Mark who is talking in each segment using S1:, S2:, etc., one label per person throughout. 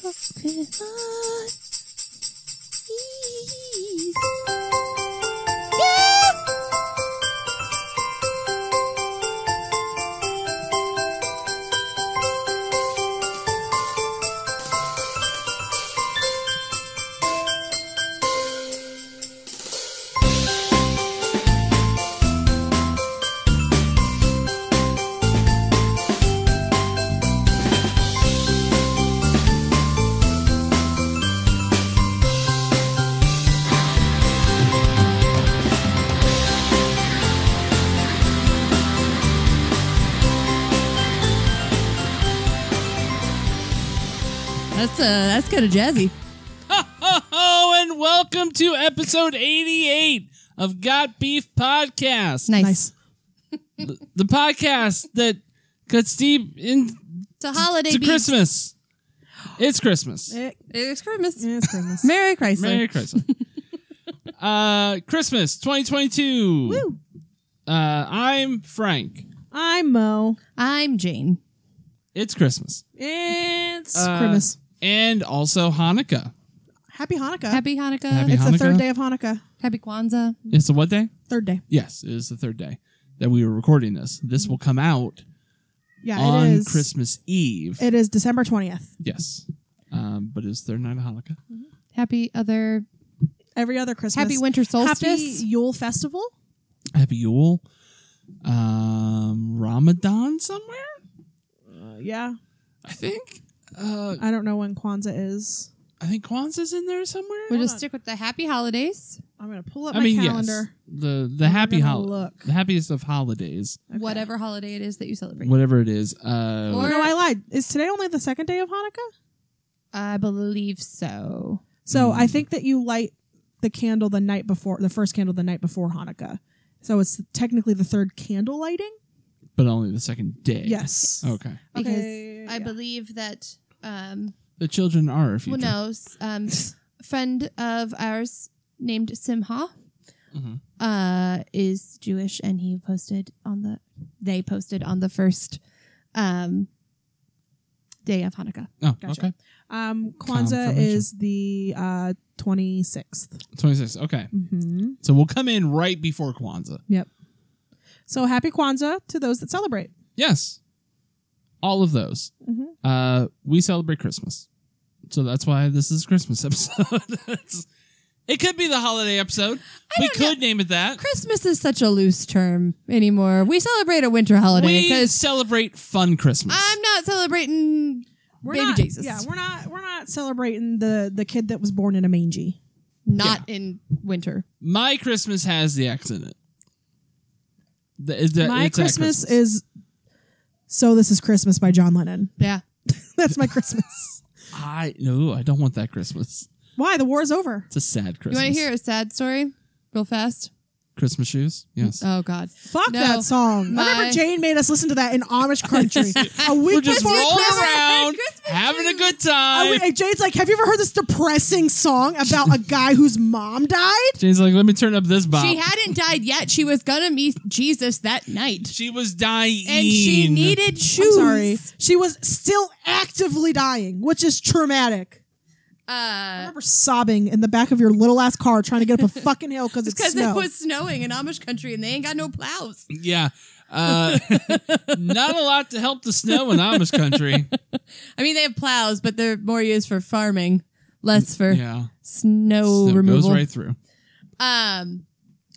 S1: broken heart. Please.
S2: That's uh, that's kind of jazzy.
S3: Oh, and welcome to episode 88 of Got Beef Podcast.
S2: Nice.
S3: The podcast that cuts deep into
S2: It's a holiday. beef.
S3: Christmas. It's Christmas.
S1: Eh,
S2: It's Christmas.
S1: yes, goodness.
S2: Merry Chrysler.
S3: Merry Christmas. uh, Christmas 2022.
S1: Woo.
S3: Uh, I'm Frank.
S1: I'm Mo.
S2: I'm Jane.
S3: It's Christmas.
S1: It's
S3: Uh,
S1: Christmas.
S3: And also Hanukkah.
S1: Happy Hanukkah.
S2: Happy Hanukkah. Happy,
S3: Happy
S1: it's the
S3: Hanukkah?
S1: third day of Hanukkah.
S2: Kwanzaa.
S3: It's the what day?
S1: Third day.
S3: Yes, it is the third day that we were recording this. This will come out
S1: Yeah,
S3: on
S1: it is.
S3: Christmas Eve.
S1: It is December 20th.
S3: Yes. Um, but it's their night of Hanukkah.
S2: Happy other.
S1: Every other Christmas.
S2: Happy winter solstice.
S1: Happy Yule Festival.
S3: Happy Yule. Um, Ramadan somewhere,
S1: Uh, yeah.
S3: I think. Uh,
S1: I don't know when Kwanzaa is.
S3: I think Kwanzaa's in there somewhere.
S2: We'll
S1: Hold
S2: just
S1: on.
S2: stick with the happy holidays.
S1: I'm going to pull up
S3: I
S1: my
S3: mean,
S1: calendar.
S3: yes. The the
S1: I'm
S3: happy
S1: gonna
S3: hol-
S1: look.
S3: the happiest of holidays,
S1: Okay.
S2: Whatever holiday it is that you celebrate.
S3: whatever it is. Uh,
S2: Or-
S1: No, I lied. Is today only the second day of Hanukkah?
S2: I believe so.
S1: So I
S3: Mm.
S1: think that you light the candle the night before, the first candle the night before Hanukkah. So it's technically the third candle lighting.
S3: but only the second day.
S1: Yes.
S3: Okay.
S2: Because
S1: Okay,
S2: I
S1: yeah.
S2: believe that um,
S3: The children are our
S2: who
S3: future.
S2: knows? Um, friend of ours named Simha
S3: Mhm.
S2: uh, is Jewish, and he posted on the they posted on the first um, day of Hanukkah.
S3: Oh,
S1: Gotcha.
S3: okay.
S1: Um, Kwanzaa
S3: Confirmation.
S1: is the uh, 26th.
S3: 26. Okay.
S1: Mm-hmm.
S3: So we'll come in right before Kwanzaa.
S1: So happy Kwanzaa to those that celebrate.
S3: Yes. All of those.
S2: Mm-hmm.
S1: Mhm.
S3: Uh, we celebrate Christmas. So that's why this is a Christmas episode. It's- it could be the holiday episode. we could name it that.
S2: Christmas is such a loose term anymore. We celebrate a winter holiday
S3: We
S2: because
S3: celebrate fun Christmas.
S2: I'm not celebrating baby
S1: not,
S2: Jesus.
S1: Yeah, we're not we're not celebrating the the kid that was born in a mangy.
S2: not in winter.
S3: My Christmas has the accident. The, is that-
S1: my
S3: it's that
S1: Christmas, is So This Is Christmas by John Lennon.
S2: Yeah,
S1: That's my Christmas.
S3: I no, I don't want that Christmas.
S1: Why? The war is over.
S3: It's a sad
S2: you
S3: Christmas.
S2: want to hear a sad story, real fast?
S3: Christmas shoes? Yes.
S2: Oh God.
S1: Fuck
S2: No,
S1: that song. I
S2: my-
S1: remember Jane made us listen to that in Amish country. a week
S3: We're just
S1: before
S3: rolling
S1: Christmas.
S3: around,
S2: Christmas
S3: having a
S2: shoes.
S3: good
S1: I
S3: time.
S1: went- and Jane's like, have you ever heard this depressing song about a guy whose mom died?
S3: Jane's like, let me turn up this bop.
S2: She hadn't died yet. She was gonna meet Jesus that night.
S3: She was dying.
S2: and she needed shoes.
S1: I'm sorry. She was still actively dying, which is traumatic. I
S2: Uh,
S1: remember sobbing in the back of your little ass car trying to get up a fucking hill because it
S2: because
S1: snowed.
S2: it was snowing in Amish country and they ain't got no plows.
S3: Yeah. Uh, not a lot to help the snow in Amish country.
S2: I mean, they have plows, but they're more used for farming, less for
S3: Yeah.
S2: snow
S3: Snow
S2: removal.
S3: goes right through.
S2: Um,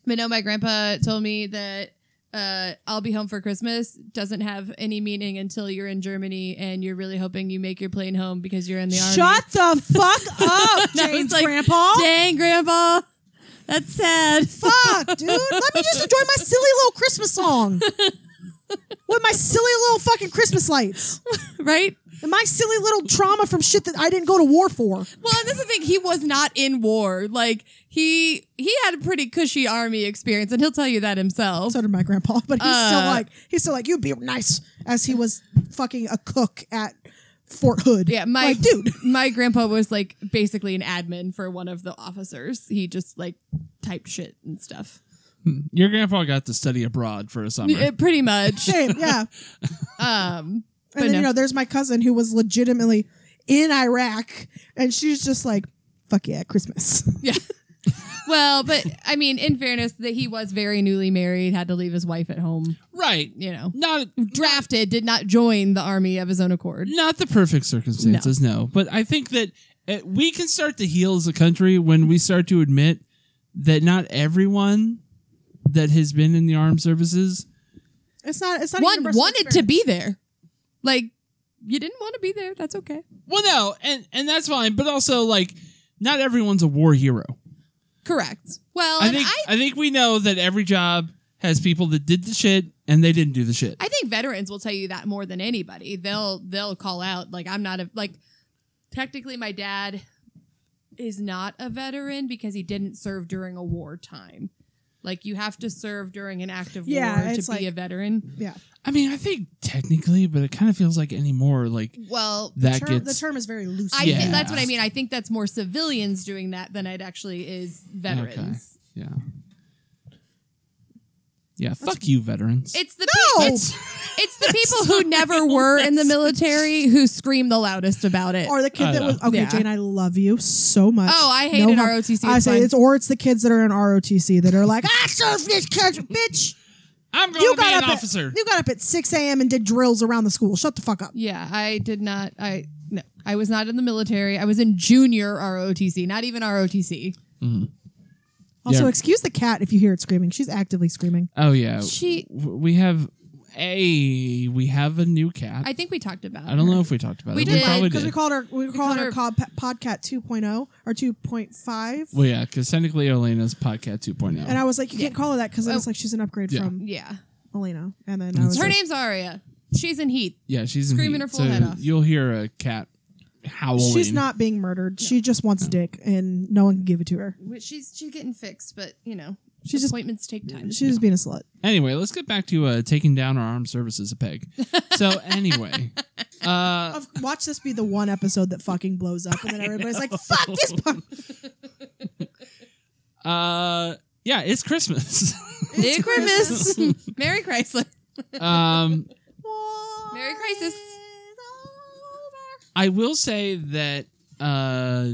S2: but no, my grandpa told me that uh, I'll be home for Christmas doesn't have any meaning until you're in Germany and you're really hoping you make your plane home because you're in the army.
S1: Shut the fuck up,
S2: And I was
S1: Jane's
S2: like,
S1: grandpa.
S2: Dang, grandpa. That's sad.
S1: Fuck, dude. Let me just enjoy my silly little Christmas song. With my silly little fucking Christmas lights.
S2: right?
S1: And my silly little trauma from shit that I didn't go to war for.
S2: Well, and that's the thing. He was not in war. Like he he had a pretty cushy army experience, and he'll tell you that himself.
S1: So did my grandpa. But he's still
S2: Uh,
S1: like, he's still like, you be nice as he was fucking a cook at Fort Hood.
S2: yeah, my
S1: Like, dude.
S2: my grandpa was like basically an admin for one of the officers. He just like typed shit and stuff.
S3: Your grandpa got to study abroad for a summer.
S2: Uh, pretty much.
S1: Shame, yeah.
S2: um,
S1: And
S2: But
S1: then, you
S2: no.
S1: know, there's my cousin who was legitimately in Iraq, and she's just like, "Fuck yeah, Christmas."
S2: Yeah. well, but I mean, in fairness, that he was very newly married, had to leave his wife at home.
S3: Right.
S2: You know,
S3: Not
S2: drafted, did not join the army of his own accord.
S3: not the perfect circumstances, no. But I think that uh we can start to heal as a country when we start to admit that not everyone that has been in the armed services
S1: It's not. It's not. a
S2: One
S1: universal
S2: wanted to
S1: experience.
S2: be there. Like, you didn't want to be there. That's okay.
S3: well no and and that's fine but also like not everyone's a war hero
S2: Correct. Well,
S3: i
S2: and
S3: think
S2: Um, I
S3: I, think we know that every job has people that did the shit and they didn't do the shit
S2: I think veterans will tell you that more than anybody. They'll they'll call out like I'm not a like technically my dad is not a veteran because he didn't serve during a war time. Like you have to serve during an active
S1: Yeah,
S2: war to
S1: it's
S2: be
S1: like-
S2: a veteran.
S1: Yeah.
S3: i mean i think technically but it kind of feels like anymore like
S2: Well,
S3: that
S1: term, the
S3: gets
S1: term is very loose.
S2: I
S3: Yeah.
S2: thi- that's what I mean. I think that's more civilians doing that than it actually is veterans.
S3: yeah yeah fuck you veterans
S2: It's the
S1: No!
S2: people. It's the people who never were in the military who scream the loudest about it.
S1: Or the
S3: I
S1: kid that
S3: know.
S1: was okay,
S2: Yeah.
S1: Jane. I love you so much.
S2: Oh, I hated
S1: harm.
S2: ROTC, it's
S1: I say
S2: fine.
S1: it's or it's the kids that are in ROTC that are like, I served this country, bitch.
S3: i'm going
S1: You
S3: to be
S1: got
S3: an
S1: up.
S3: Oh, officer
S1: At, you got up at six a.m. and did drills around the school. Shut the fuck up.
S2: Yeah, I did not. I no, I was not in the military. I was in junior ROTC, not even ROTC.
S1: Also,
S3: Yeah.
S1: excuse the cat if you hear it screaming. She's actively screaming.
S3: oh yeah
S2: She,
S3: W- we have a we have a new cat.
S2: I
S3: I,
S2: think we talked about.
S3: don't
S2: her.
S3: know if we talked about
S2: We
S3: it.
S2: did,
S3: we probably
S1: because we
S3: did.
S1: called her we were calling
S2: called
S1: her called Podcat 2.0 or 2.5.
S3: well, yeah, because technically Elena's podcast oh. 2.0.
S1: And I was like, you can't call her that because I was
S2: Oh.
S1: like, she's an upgrade
S3: Yeah.
S1: from
S2: Yeah,
S1: Elena. And then I was
S2: her
S1: like,
S2: name's Aria. She's in Heat.
S3: yeah, she's in
S2: Screaming
S3: heat,
S2: her full head off.
S3: You'll hear a cat howling.
S1: she's not being murdered. She just wants dick, and no one can give it to her.
S2: Which She's she's getting fixed, but you know,
S1: She's just-
S2: appointments take time.
S1: She's just being a slut.
S3: Anyway, let's get back to uh, taking down our armed services a peg. So anyway, uh,
S1: Of- Watch this be the one episode that fucking blows up, and then everybody's like, "Fuck this!" Part.
S3: uh, yeah, it's Christmas.
S2: Merry Christmas, Merry Chrysler,
S3: um,
S2: Merry Crisis.
S3: I will say that uh,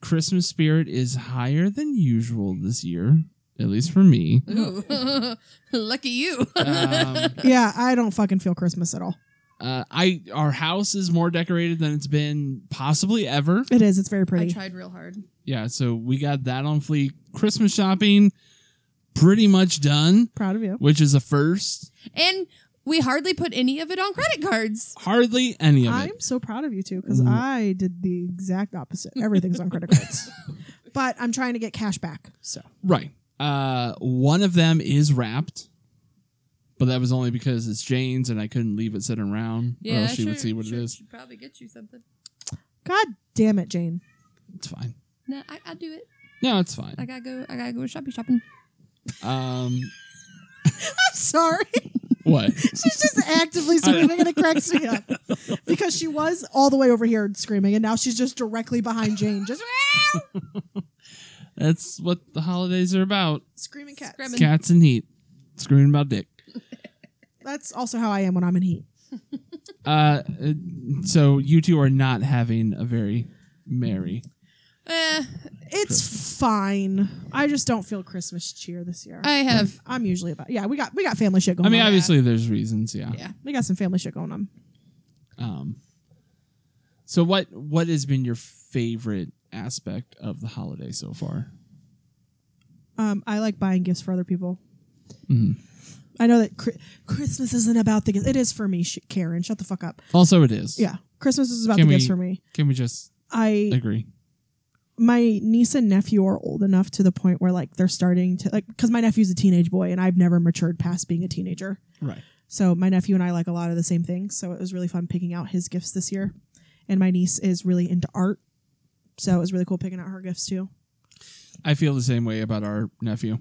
S3: Christmas spirit is higher than usual this year, at least for me.
S2: Ooh, lucky you.
S3: Um,
S1: Yeah, I don't fucking feel Christmas at all.
S3: Uh, I our house is more decorated than it's been possibly ever.
S1: It is. It's very
S2: I
S1: pretty.
S2: tried real hard.
S3: Yeah, so we got that on fleek. Christmas shopping pretty much done,
S1: Proud of you.
S3: which is a first.
S2: And we hardly put any of it on credit
S3: Oh,
S2: cards.
S3: Hardly any of it.
S1: I'm so proud of you too because I did the exact opposite. Everything's on credit cards, but I'm trying to get cash back. So
S3: Right. Uh, one of them is wrapped, but that was only because it's Jane's and I couldn't leave it sitting around. or else she would see what it is.
S2: Should probably get you something.
S1: God damn it, Jane.
S3: It's fine.
S2: No, I, I do it.
S3: No, it's fine.
S2: I gotta go. I gotta go shopping shopping.
S3: Um,
S1: I'm sorry.
S3: what?
S1: She's just actively screaming and it cracks me up because she was all the way over here screaming, and now she's just directly behind Jane, just
S3: That's what the holidays are about.
S1: screaming cats.
S2: Screaming.
S3: Cats and heat, screaming about dick.
S1: That's also how I am when I'm in heat.
S3: Uh, so you two are not having a very merry.
S2: Eh,
S1: It's fine. I just don't feel Christmas cheer this year.
S2: I
S3: Oh,
S2: have.
S1: I'm usually about yeah. We got we got family shit going.
S3: I mean,
S1: on.
S3: obviously, there's reasons. Yeah.
S2: Yeah.
S1: we got some family shit going on.
S3: Um. So what what has been your favorite aspect of the holiday so far?
S1: Um, I like buying gifts for other people.
S3: Mhm.
S1: I know that Chri- Christmas isn't about the gifts. It is for me, sh- Karen. Shut the fuck up.
S3: Also, it is.
S1: Yeah, Christmas is about
S3: Can
S1: the
S3: we-
S1: gifts for me.
S3: Can we just
S1: I
S3: agree?
S1: my niece and nephew are old enough to the point where like they're starting to like because my nephew's a teenage boy and I've never matured past being a teenager.
S3: Right.
S1: So my nephew and I like a lot of the same things. So it was really fun picking out his gifts this year. And my niece is really into art. So it was really cool picking out her gifts too.
S3: I feel the same way about our nephew.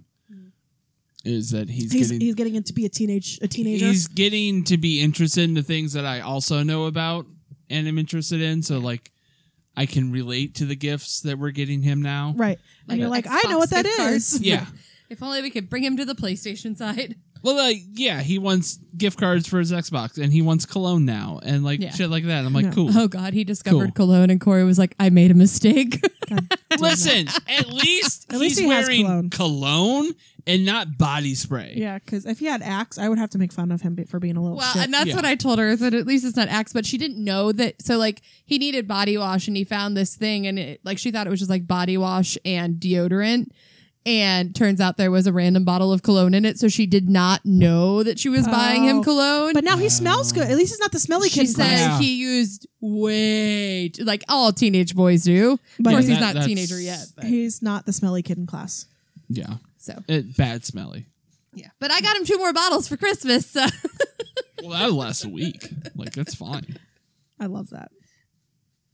S3: Is that he's,
S1: He's
S3: getting
S1: he's getting into be a teenage a teenager.
S3: he's getting to be interested in the things that I also know about and am interested in. So like, I can relate to the gifts that we're getting him now.
S1: right.
S2: Like
S1: and you're like, I
S2: Xbox
S1: know what that
S2: gift
S1: is.
S2: cards.
S3: Yeah.
S2: If only we could bring him to the PlayStation side.
S3: Well, like, yeah, he wants gift cards for his Xbox, and he wants cologne now, and like
S2: Yeah.
S3: shit like that. I'm like,
S1: No.
S3: cool.
S2: Oh God, he discovered
S3: Cool. Oh,
S2: cologne, and Corey was like, "I made a mistake."
S1: God damn it.
S3: Listen, at least
S1: At least
S3: he's
S1: he has
S3: wearing
S1: cologne.
S3: cologne and not body spray.
S1: Yeah, because if he had axe, I would have to make fun of him be- for being a little
S2: well,
S1: shit.
S2: and that's
S3: Yeah.
S2: what I told her is that at least it's not Axe, but she didn't know that. So like, he needed body wash, and he found this thing, and it, like she thought it was just like body wash and deodorant. And turns out there was a random bottle of cologne in it, so she did not know that she was buying him
S1: Oh.
S2: cologne.
S1: but now he smells good. At least he's not the smelly
S2: she
S1: kid.
S2: said
S1: Christ.
S3: Yeah.
S2: he used way too, like all teenage boys do.
S1: But
S2: of course,
S1: he-
S2: he's
S3: that-
S2: not a
S3: that's-
S2: teenager yet. But,
S1: He's not the smelly kid in class.
S3: Yeah.
S2: so
S3: It, bad smelly.
S2: yeah, but I got him two more bottles for Christmas. So.
S3: Well, that'll last a week. Like, that's fine.
S1: I love that.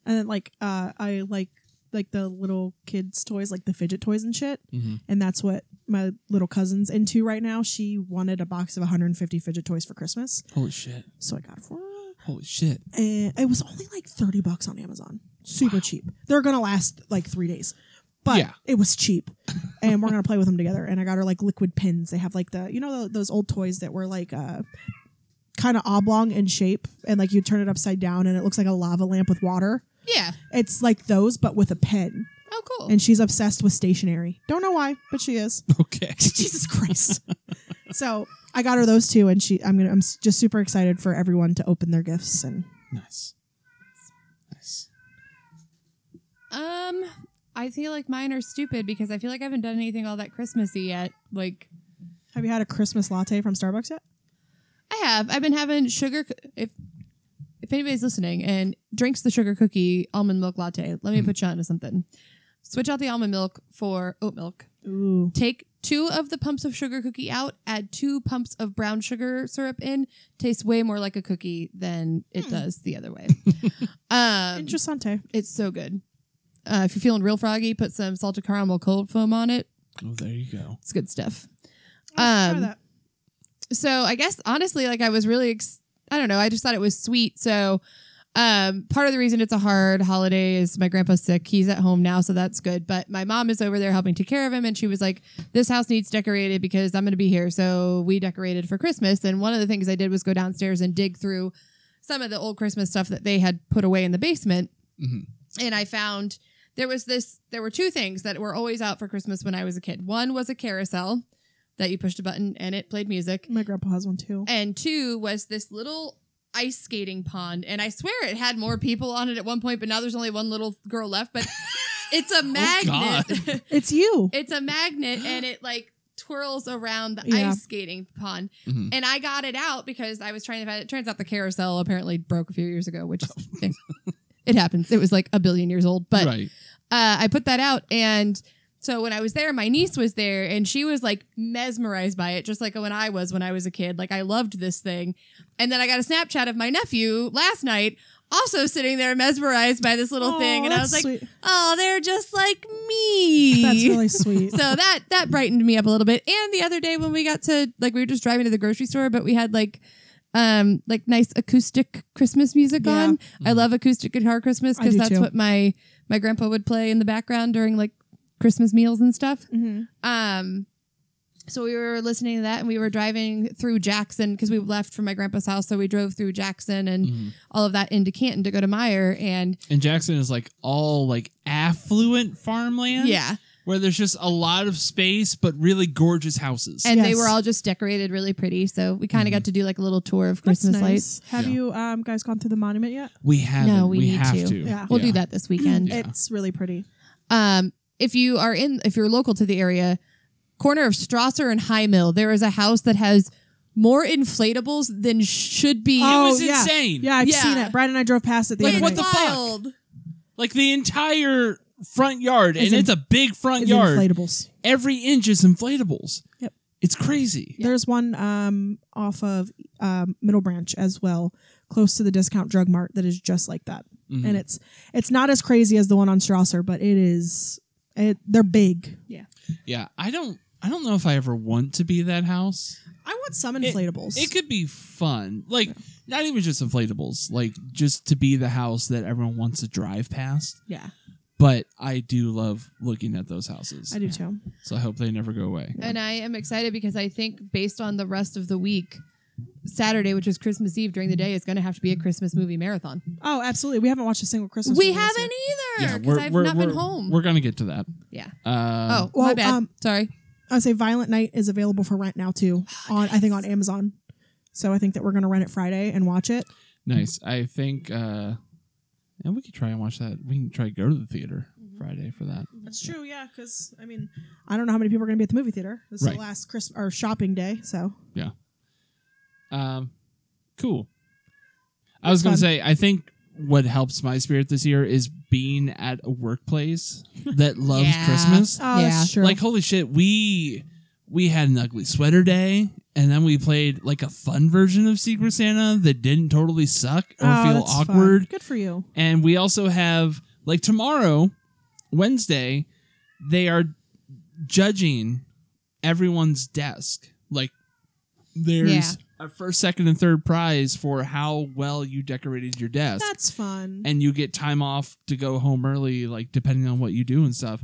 S1: And then like uh I like like the little kids toys like the fidget toys and shit.
S3: Mhm.
S1: And that's what my little cousin's into right now. She wanted a box of 150 fidget toys for Christmas.
S3: Holy shit.
S1: So I got it for her.
S3: Holy shit.
S1: And Eh, it was only like 30 bucks on Amazon. Super cheap. They're going to last like 3 days. But
S3: Yeah.
S1: it was cheap. and we're going to play with them together and I got her like liquid pins. They have like the you know tho- those old toys that were like uh kind of oblong in shape and like you turn it upside down and it looks like a lava lamp with water.
S2: yeah.
S1: It's like those, but with a pen.
S2: Oh, cool.
S1: And she's obsessed with stationery. Don't know why, but she is.
S3: Okay.
S1: Jesus Christ. so I got her those two, and she. I'm gonna. I'm s- just super excited for everyone to open their gifts. And
S3: Nice. Nice.
S2: Um, I feel like mine are stupid because I feel like I haven't done anything all that Christmassy yet. Like
S1: have you had a Christmas latte from Starbucks yet?
S2: I have, I've been having sugar. c- If if anybody's listening and drinks the sugar cookie almond milk latte, let me put you onto something. Switch out the almond milk for oat milk.
S1: Ooh,
S2: Take two of the pumps of sugar cookie out. Add two pumps of brown sugar syrup in. Tastes way more like a cookie than it does the other way. um,
S1: interessante.
S2: it's so good. Uh, if you're feeling real froggy, put some salted caramel cold foam on it.
S3: Oh, there you go.
S2: It's good stuff.
S1: I'll
S2: Um,
S1: try that.
S2: So I guess honestly, like I was really, ex- I don't know, I just thought it was sweet. So um, part of the reason it's a hard holiday is my grandpa's sick. He's at home now, so that's good. But my mom is over there helping take care of him, and she was like, "This house needs decorated because I'm going to be here." So we decorated for Christmas, and one of the things I did was go downstairs and dig through some of the old Christmas stuff that they had put away in the basement,
S3: Mhm.
S2: and I found. There was this. There were two things that were always out for Christmas when I was a kid. One was a carousel that you pushed a button and it played music,
S1: my grandpa has one too.
S2: and two was this little ice skating pond. And I swear it had more people on it at one point, but now there's only one little girl left. But it's a magnet.
S1: It's you.
S2: it's a magnet and it like twirls around the
S1: Yeah.
S2: ice skating pond.
S3: Mhm.
S2: And I got it out because I was trying to find it. Turns out the carousel apparently broke a few years ago, which is- it happens. It was like a billion years old. But
S3: right.
S2: uh, I put that out and so when I was there, my niece was there and she was like mesmerized by it, just like when I was when I was a kid. Like I loved this thing. And then I got a Snapchat of my nephew last night also sitting there mesmerized by this little
S1: Aw,
S2: thing. And I
S1: that's
S2: was like,
S1: sweet.
S2: oh, they're just like me.
S1: that's really sweet.
S2: so that that brightened me up a little bit. And the other day when we got to like we were just driving to the grocery store, but we had like um like nice acoustic Christmas music
S1: Yeah. Mm-hmm.
S2: on. I love acoustic guitar Christmas
S1: I
S2: because
S1: do
S2: that's
S1: too.
S2: what my my grandpa would play in the background during like Christmas meals and stuff.
S1: Mhm.
S2: Um so we were listening to that and we were driving through Jackson because we left from my grandpa's house. So we drove through Jackson and
S1: Mm-hmm.
S3: Mhm.
S2: all of that into Canton to go to Meyer. And
S3: And Jackson is like all like affluent farmland.
S2: yeah.
S3: Where there's just a lot of space, but really gorgeous houses.
S2: And they
S1: Yes. Mm-hmm.
S2: were all just decorated really pretty. So we kind of got to do like a little tour of
S1: That's nice.
S2: Christmas lights.
S1: Have
S3: Yeah.
S1: you um, guys gone through the monument yet?
S3: we haven't.
S2: No, we
S3: we
S2: need
S3: have
S2: to.
S3: to.
S1: Yeah.
S2: We'll do that this weekend.
S3: Yeah.
S1: It's really pretty.
S2: Um, if you are in, if you're local to the area, corner of Strasser and High Mill, there is a house that has more inflatables than should be.
S3: It
S1: Oh,
S3: was
S1: yeah.
S3: insane.
S1: Yeah, I've
S2: Yeah.
S1: seen it. Brian and I drove past it the
S3: Like,
S1: other
S3: what
S1: day.
S3: the fuck?
S2: fuck?
S3: Like the entire front yard,
S1: It's
S3: and
S1: in-
S3: it's a big front
S1: It's
S3: yard.
S1: inflatables.
S3: Every inch is inflatables.
S1: Yep.
S3: It's crazy.
S1: There's one um, off of um, Middle Branch as well, close to the discount drug mart that is just like that,
S3: Mhm.
S1: and it's it's not as crazy as the one on Strasser, but it is. It, they're big. Yeah,
S3: Yeah, I don't. I don't know if I ever want to be that house.
S1: I want some
S3: It-
S1: inflatables.
S3: It could be fun. Like not even just inflatables, like just to be the house that everyone wants to drive past.
S1: yeah,
S3: But I do love looking at those houses.
S1: I do too.
S3: So I hope they never go away.
S2: And I am excited because I think based on the rest of the week, Saturday, which is Christmas Eve during the day, is going to have to be a Christmas movie marathon.
S1: Oh, absolutely. We haven't watched a single Christmas.
S2: we
S1: movie this year.
S2: haven't either because I've not been home.
S3: We're gonna get to that.
S2: yeah.
S3: Uh,
S2: oh, my
S1: well,
S2: bad.
S1: um,
S2: Sorry.
S1: I would say Violent Night is available for rent now too. On I think on Amazon. So I think that we're gonna rent it Friday and watch it.
S3: nice. I think, uh, and we could try and watch that. We can try to go to the theater
S2: Mm-hmm.
S3: Friday for that.
S1: That's true, yeah. Because I mean, I don't know how many people are gonna be at the movie theater. This is
S3: Right.
S1: the last Christmas or shopping day. So
S3: Um, cool. I was
S1: That's
S3: going to
S1: fun.
S3: say, I think what helps my spirit this year is being at a workplace that loves
S2: Yeah.
S3: Christmas.
S1: oh,
S2: Yeah.
S1: that's true.
S3: Like, holy shit, we we had an ugly sweater day, and then we played like a fun version of Secret Santa that didn't totally suck or
S1: Oh,
S3: feel
S1: that's fun.
S3: awkward.
S1: Good for you.
S3: And we also have like tomorrow, Wednesday, they are judging everyone's desk. Like there's a first, second, and third prize for how well you decorated your desk.
S1: That's fun.
S3: and you get time off to go home early, like depending on what you do and stuff.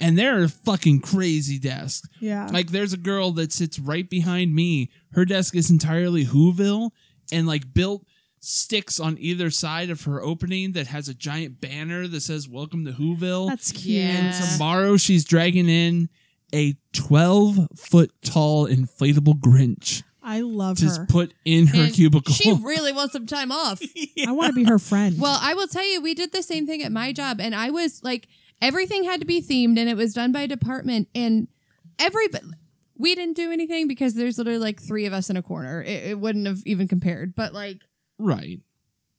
S3: And they're a fucking crazy desk.
S1: yeah.
S3: Like there's a girl that sits right behind me. Her desk is entirely Whoville and like built sticks on either side of her opening that has a giant banner that says "Welcome to Whoville."
S1: that's cute.
S2: Yeah.
S3: Tomorrow she's dragging in a 12 foot tall inflatable Grinch
S1: I love
S3: to
S1: her.
S3: put in her
S2: And
S3: cubicle.
S2: She really wants some time off.
S1: I want to be her friend.
S2: Well, I will tell you, we did the same thing at my job, and I was like, everything had to be themed, and it was done by department, and every we didn't do anything because there's literally like three of us in a corner. It, it wouldn't have even compared, but like
S3: right.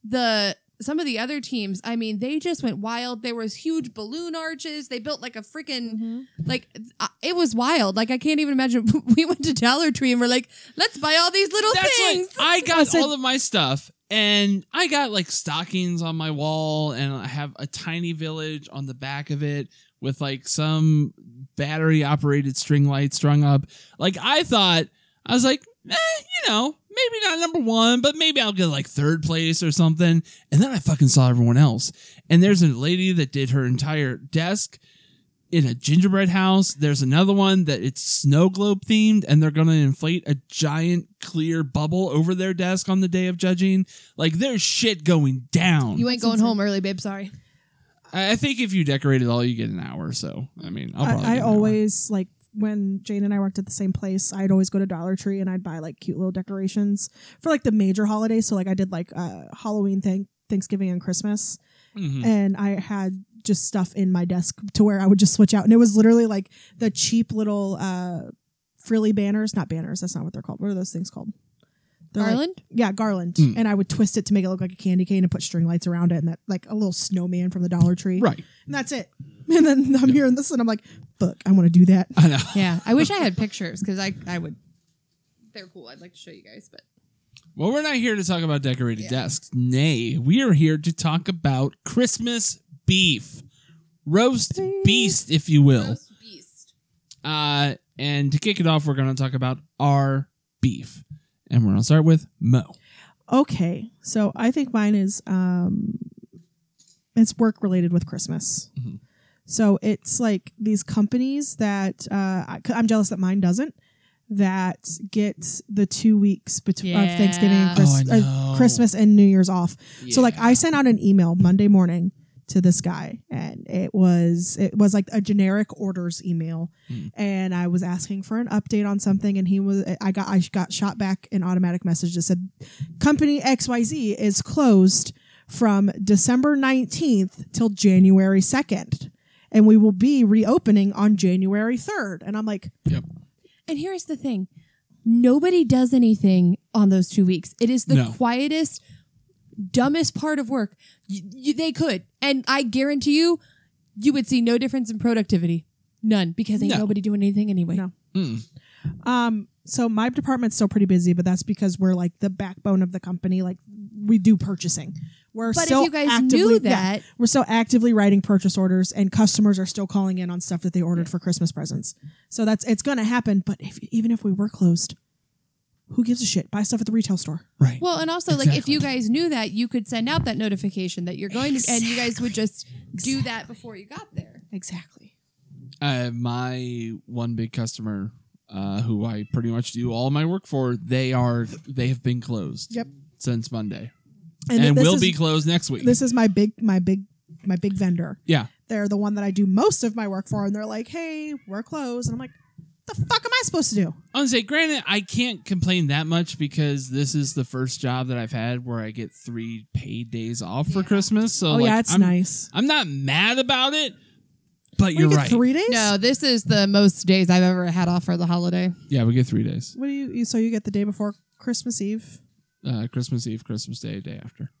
S2: the some of the other teams, I mean, they just went wild. There was huge balloon arches. They built like a freaking
S1: Mm-hmm.
S2: like uh, it was wild. Like I can't even imagine. we went to Dollar Tree and we're like, let's buy all these little
S3: That's
S2: things.
S3: like I got all of my stuff and I got like stockings on my wall and I have a tiny village on the back of it with like some battery operated string lights strung up. Like I thought I was like, eh, you know, maybe not number one, but maybe I'll get like third place or something. And then I fucking saw everyone else. And there's a lady that did her entire desk in a gingerbread house. There's another one that it's snow globe themed, and they're going to inflate a giant clear bubble over their desk on the day of judging. Like there's shit going down.
S2: you ain't going home early, babe. Sorry.
S3: I I think if you decorate it all, you get an hour. or So I mean, I'll probably
S1: I, I
S3: get an hour.
S1: always like when Jane and I worked at the same place. I'd always go to Dollar Tree and I'd buy like cute little decorations for like the major holidays. So like I did like uh, Halloween thing, Thanksgiving, and Christmas,
S3: Mhm.
S1: and I had just stuff in my desk to where I would just switch out, and it was literally like the cheap little uh, frilly banners, not banners. That's not what they're called. What are those things called? They're like-
S2: Garland.
S1: yeah, garland,
S3: Mm.
S1: and I would twist it to make it look like a candy cane and put string lights around it, and that like a little snowman from the Dollar Tree
S3: right.
S1: and that's it. And then I'm hearing this, and I'm like, "Fuck, I want to do that."
S3: I know.
S2: Yeah, I wish I had pictures because I I would. They're cool. I'd like to show you guys, but
S3: Well, we're not here to talk about decorated
S2: Yeah.
S3: desks. Nay, we are here to talk about Christmas beef, roast
S1: Beef.
S3: beast, if you will.
S2: roast beast.
S3: Uh, and to kick it off, we're going to talk about our beef. And we're going to start with Mo.
S1: Okay, so I think mine is um, it's work related with Christmas.
S3: Mhm.
S1: So it's like these companies that uh, I, am jealous that mine doesn't that get the two weeks between
S2: Yeah.
S1: of Thanksgiving and Chris-
S3: Oh, I
S1: uh,
S3: know.
S1: Christmas and New Year's off. So like
S3: Yeah.
S1: I sent out an email Monday morning to this guy and it was it was like a generic orders email
S3: Hmm.
S1: and I was asking for an update on something and he was I got I got shot back an automatic message that said company XYZ is closed from December 19th till January 2nd and we will be reopening on January 3rd and I'm like
S2: And here's the thing: nobody does anything on those two weeks. It is the
S3: No.
S2: quietest, dumbest part of work. Y- y- they could, and I guarantee you, you would see no difference in productivity. None, because ain't
S3: No.
S2: nobody doing anything anyway.
S1: No.
S3: Mm.
S1: Um, so my department's still pretty busy, but that's because we're like the backbone of the company. Like we do purchasing. We're
S2: But
S1: still
S2: if you guys
S1: actively,
S2: knew
S1: yeah,
S2: that,
S1: we're still actively writing purchase orders, and customers are still calling in on stuff that they ordered for Christmas presents. So that's it's going to happen. But if, even if we were closed, who gives a shit? Buy stuff at the retail store.
S3: Right.
S2: Well, and also like if you guys knew that, you could send out that notification that you're going to, and you guys would just do that before you got there.
S1: Exactly.
S3: uh, my one big customer uh, who I pretty much do all my work for, they are they have been closed.
S1: Yep.
S3: Since Monday,
S1: And,
S3: and,
S1: this
S3: will
S1: is,
S3: be closed next week.
S1: This is my big, my big, my big vendor.
S3: yeah,
S1: They're the one that I do most of my work for, and they're like, "Hey, we're closed," and I'm like, "The fuck am I supposed to do?"
S3: I say, granted, I can't complain that much because this is the first job that I've had where I get three paid days off for
S2: Yeah.
S3: Christmas. So
S1: oh
S3: like,
S1: yeah, it's
S3: I'm,
S1: nice.
S3: I'm not mad about it, but
S1: What, you
S3: you're
S1: get
S3: right.
S1: Three days?
S2: No, this is the most days I've ever had off for the holiday.
S3: Yeah, we get three days:
S1: What do you? you- So you get the day before Christmas Eve.
S3: uh, Christmas Eve, Christmas Day, day after.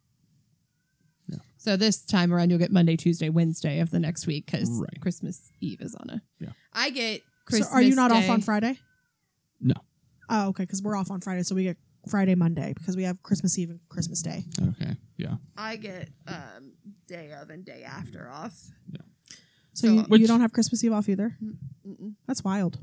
S2: So this time around, you'll get Monday, Tuesday, Wednesday of the next week because
S3: Right.
S2: Christmas Eve is on a.
S3: Yeah.
S2: I get Christmas.
S1: so are you not off
S2: Day.
S1: on Friday?
S3: No.
S1: Oh, okay, because we're off on Friday, so we get Friday, Monday, because we have Christmas Eve and Christmas Day.
S3: Okay. Yeah.
S2: I get um, day of and day after off.
S1: So,
S2: So-
S1: you,
S3: Which-
S1: you don't have Christmas Eve off either.
S2: Mm-mm.
S1: That's wild.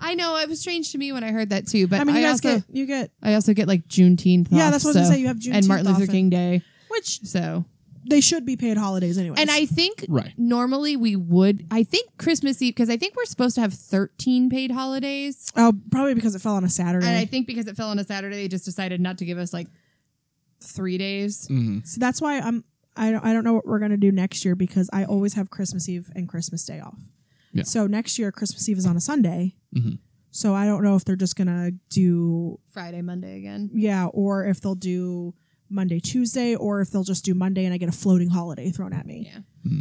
S2: I know it was strange to me when I heard that too, but
S1: I
S2: I,
S1: mean, you guys
S2: also
S1: get you get
S2: I also get like Juneteenth.
S1: yeah.
S2: off,
S1: That's what I was gonna
S2: so-
S1: say. You have Juneteenth
S2: and Martin Luther
S1: off
S2: King Day.
S1: which
S2: So
S1: they should be paid holidays anyway.
S2: and I think
S3: Right.
S2: normally we would. I think Christmas Eve because I think we're supposed to have thirteen paid holidays.
S1: oh probably because it fell on a Saturday.
S2: And I think because it fell on a Saturday, they just decided not to give us like three days.
S3: Mhm.
S1: so that's why I'm I don't, I don't know what we're gonna do next year because I always have Christmas Eve and Christmas Day off.
S3: Yeah.
S1: So next year Christmas Eve is on a Sunday.
S3: Mhm.
S1: So I don't know if they're just gonna do
S2: Friday, Monday again.
S1: yeah, or if they'll do Monday, Tuesday, or if they'll just do Monday and I get a floating holiday thrown at me.
S2: Yeah.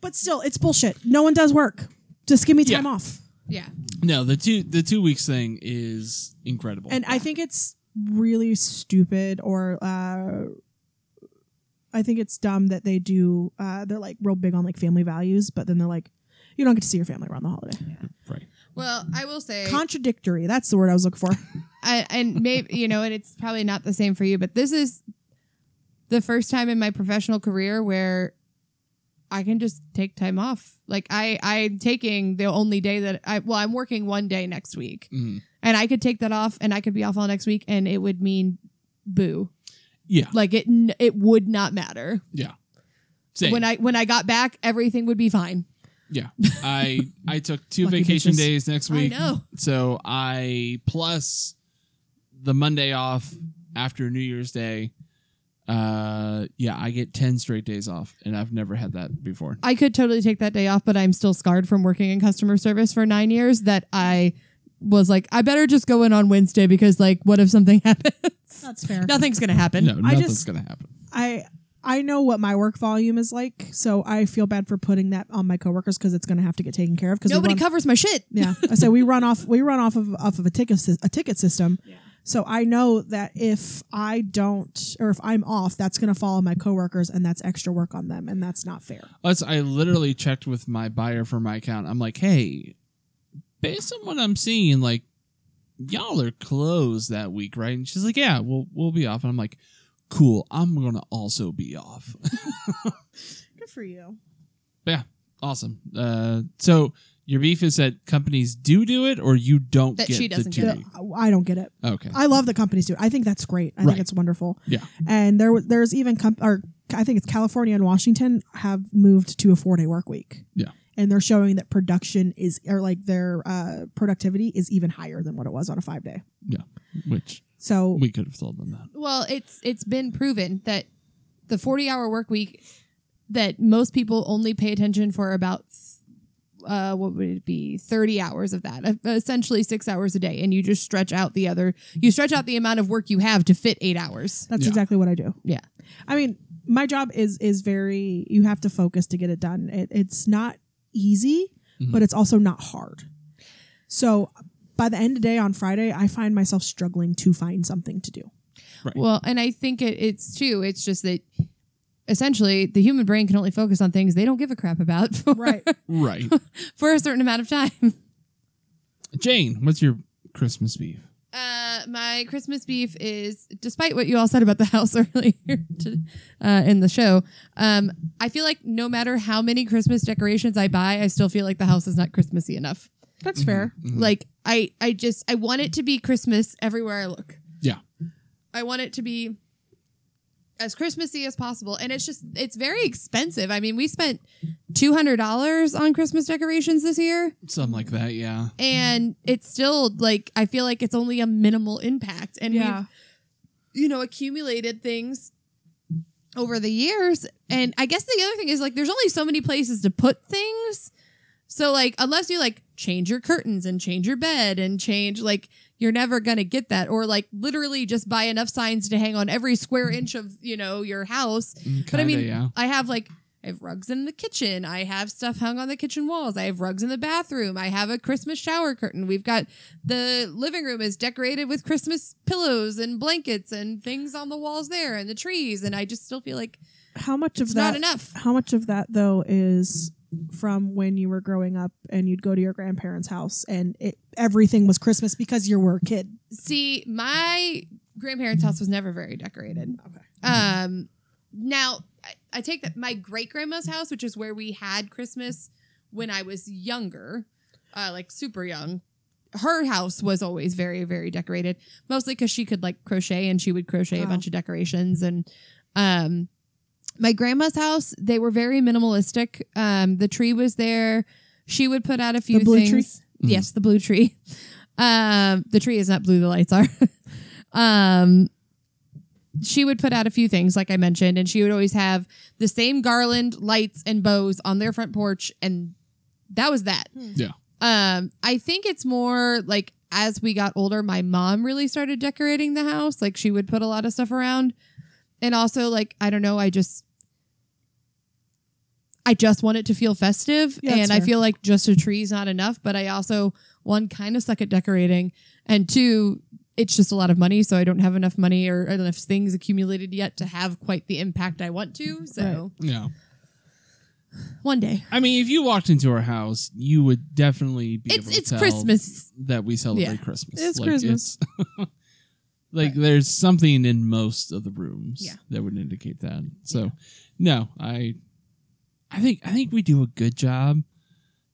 S1: But still, it's bullshit. No one does work. Just give me time
S3: Yeah.
S1: off.
S2: Yeah.
S3: No, the two the two weeks thing is incredible.
S1: And I think it's really stupid or uh I think it's dumb that they do uh they're like real big on like family values, but then they're like you don't get to see your family around the holiday.
S3: right.
S2: Well, I will say,
S1: Contradictory. That's the word I was looking for.
S2: I, and maybe, you know, and it's probably not the same for you, but this is the first time in my professional career where I can just take time off. Like, I, I'm taking the only day that I, well, I'm working one day next week
S3: Mhm.
S2: and I could take that off and I could be off all next week and it would mean boo.
S3: Yeah.
S2: Like, it, n- it would not matter.
S3: Yeah. Same.
S2: When I, when I got back, everything would be fine.
S3: yeah. I I took two
S1: Lucky
S3: vacation
S1: bitches.
S3: days next week.
S2: I know.
S3: So I plus the Monday off after New Year's Day. Uh yeah, I get 10 straight days off and I've never had that before.
S2: I could totally take that day off, but I'm still scarred from working in customer service for nine years that I was like, I better just go in on Wednesday because, like, what if something happens?
S1: That's fair.
S2: Nothing's going to happen.
S3: No, nothing's
S1: just-
S3: going to happen.
S1: I I know what my work volume is like, so I feel bad for putting that on my coworkers because it's going to have to get taken care of. Because
S2: Nobody
S1: run,
S2: covers my shit.
S1: yeah. So we run off we run off of off of a ticket sys- a ticket system. So I know that if I don't or if I'm off, that's going to fall on my coworkers, and that's extra work on them, and that's not fair.
S3: Plus, I literally checked with my buyer for my account. I'm like, hey, based on what I'm seeing, like, y'all are closed that week, right? And she's like, yeah, we'll we'll be off. And I'm like, cool. I'm gonna also be off.
S1: Good for you.
S3: awesome. Uh, so your beef is that companies do do it, or you don't
S2: That
S3: get
S2: she
S3: the
S2: doesn't
S3: two
S2: get it.
S3: week.
S1: I don't get it.
S3: Okay.
S1: I love the companies do it. I think that's great. I
S3: Right.
S1: think it's wonderful.
S3: Yeah.
S1: And there was there's even com- or I think it's California and Washington have moved to a four day work week.
S3: Yeah.
S1: And they're showing that production is or like their uh, productivity is even higher than what it was on a five day.
S3: Which
S1: So
S3: we could have told them that.
S2: Well, it's it's been proven that the 40 hour work week that most people only pay attention for about uh, what would it be 30 hours of that e- essentially six hours a day and you just stretch out the other you stretch out the amount of work you have to fit eight hours
S1: that's
S3: Yeah.
S1: exactly what I do.
S2: Yeah.
S1: I mean, my job is is very you have to focus to get it done. It, it's not easy,
S3: Mhm.
S1: but it's also not hard. So by the end of the day on Friday, I find myself struggling to find something to do.
S3: Right.
S2: Well, and I think it, it's too. It's just that essentially the human brain can only focus on things they don't give a crap about for,
S1: Right.
S3: Right.
S2: for a certain amount of time.
S3: Jane, what's your Christmas beef?
S2: Uh, my Christmas beef is, despite what you all said about the house earlier to, uh, in the show, um, I feel like no matter how many Christmas decorations I buy, I still feel like the house is not Christmassy enough.
S1: That's fair.
S2: Like I, I just I want it to be Christmas everywhere I look.
S3: Yeah.
S2: I want it to be as Christmassy as possible. And it's just it's very expensive. I mean, we spent two hundred dollars on Christmas decorations this year,
S3: Something like that, yeah.
S2: and it's still like I feel like it's only a minimal impact. And we've
S4: yeah.
S2: you know, accumulated things over the years. And I guess the other thing is like there's only so many places to put things. So like unless you like change your curtains and change your bed and change like you're never going to get that or like literally just buy enough signs to hang on every square inch of, you know, your house. but I
S3: Kinda,
S2: mean,
S3: yeah.
S2: I have like I have rugs in the kitchen. I have stuff hung on the kitchen walls. I have rugs in the bathroom. I have a Christmas shower curtain. We've got the living room is decorated with Christmas pillows and blankets and things on the walls there and the trees. And I just still feel like
S1: How much of
S2: it's
S1: that?
S2: not enough.
S1: How much of that though is from when you were growing up and you'd go to your grandparents' house and it, everything was Christmas because you were a kid.
S2: See, my grandparents' house was never very decorated.
S1: Okay.
S2: Um, now I, I take that my great grandma's house, which is where we had Christmas when I was younger, uh, like super young. Her house was always very, very decorated, mostly because she could like crochet and she would crochet a
S1: Wow.
S2: bunch of decorations. And um, my grandma's house, they were very minimalistic. Um, the tree was there. She would put out a few
S1: blue tree?
S2: things. Yes, the blue tree. Um, the tree is not blue. The lights are. um, she would put out a few things, like I mentioned, and she would always have the same garland, lights, and bows on their front porch, and that was that.
S1: Hmm.
S3: Yeah.
S2: Um, I think it's more like as we got older, my mom really started decorating the house. Like she would put a lot of stuff around, and also like I don't know, I just. I just want it to feel festive,
S1: Yeah, that's
S2: and I
S1: fair.
S2: feel like just a tree is not enough. But I also one kind of suck at decorating, and two, it's just a lot of money, so I don't have enough money or enough things accumulated yet to have quite the impact I want to. So
S3: Yeah.
S2: one day,
S3: I mean, if you walked into our house, you would definitely be able
S2: it's
S3: to
S2: it's
S3: tell
S2: Christmas.
S3: that we celebrate
S2: Yeah.
S3: Christmas.
S1: It's Christmas.
S3: it's- like there's something in most of the rooms
S2: Yeah.
S3: that would indicate that. So no, I I think I think we do a good job.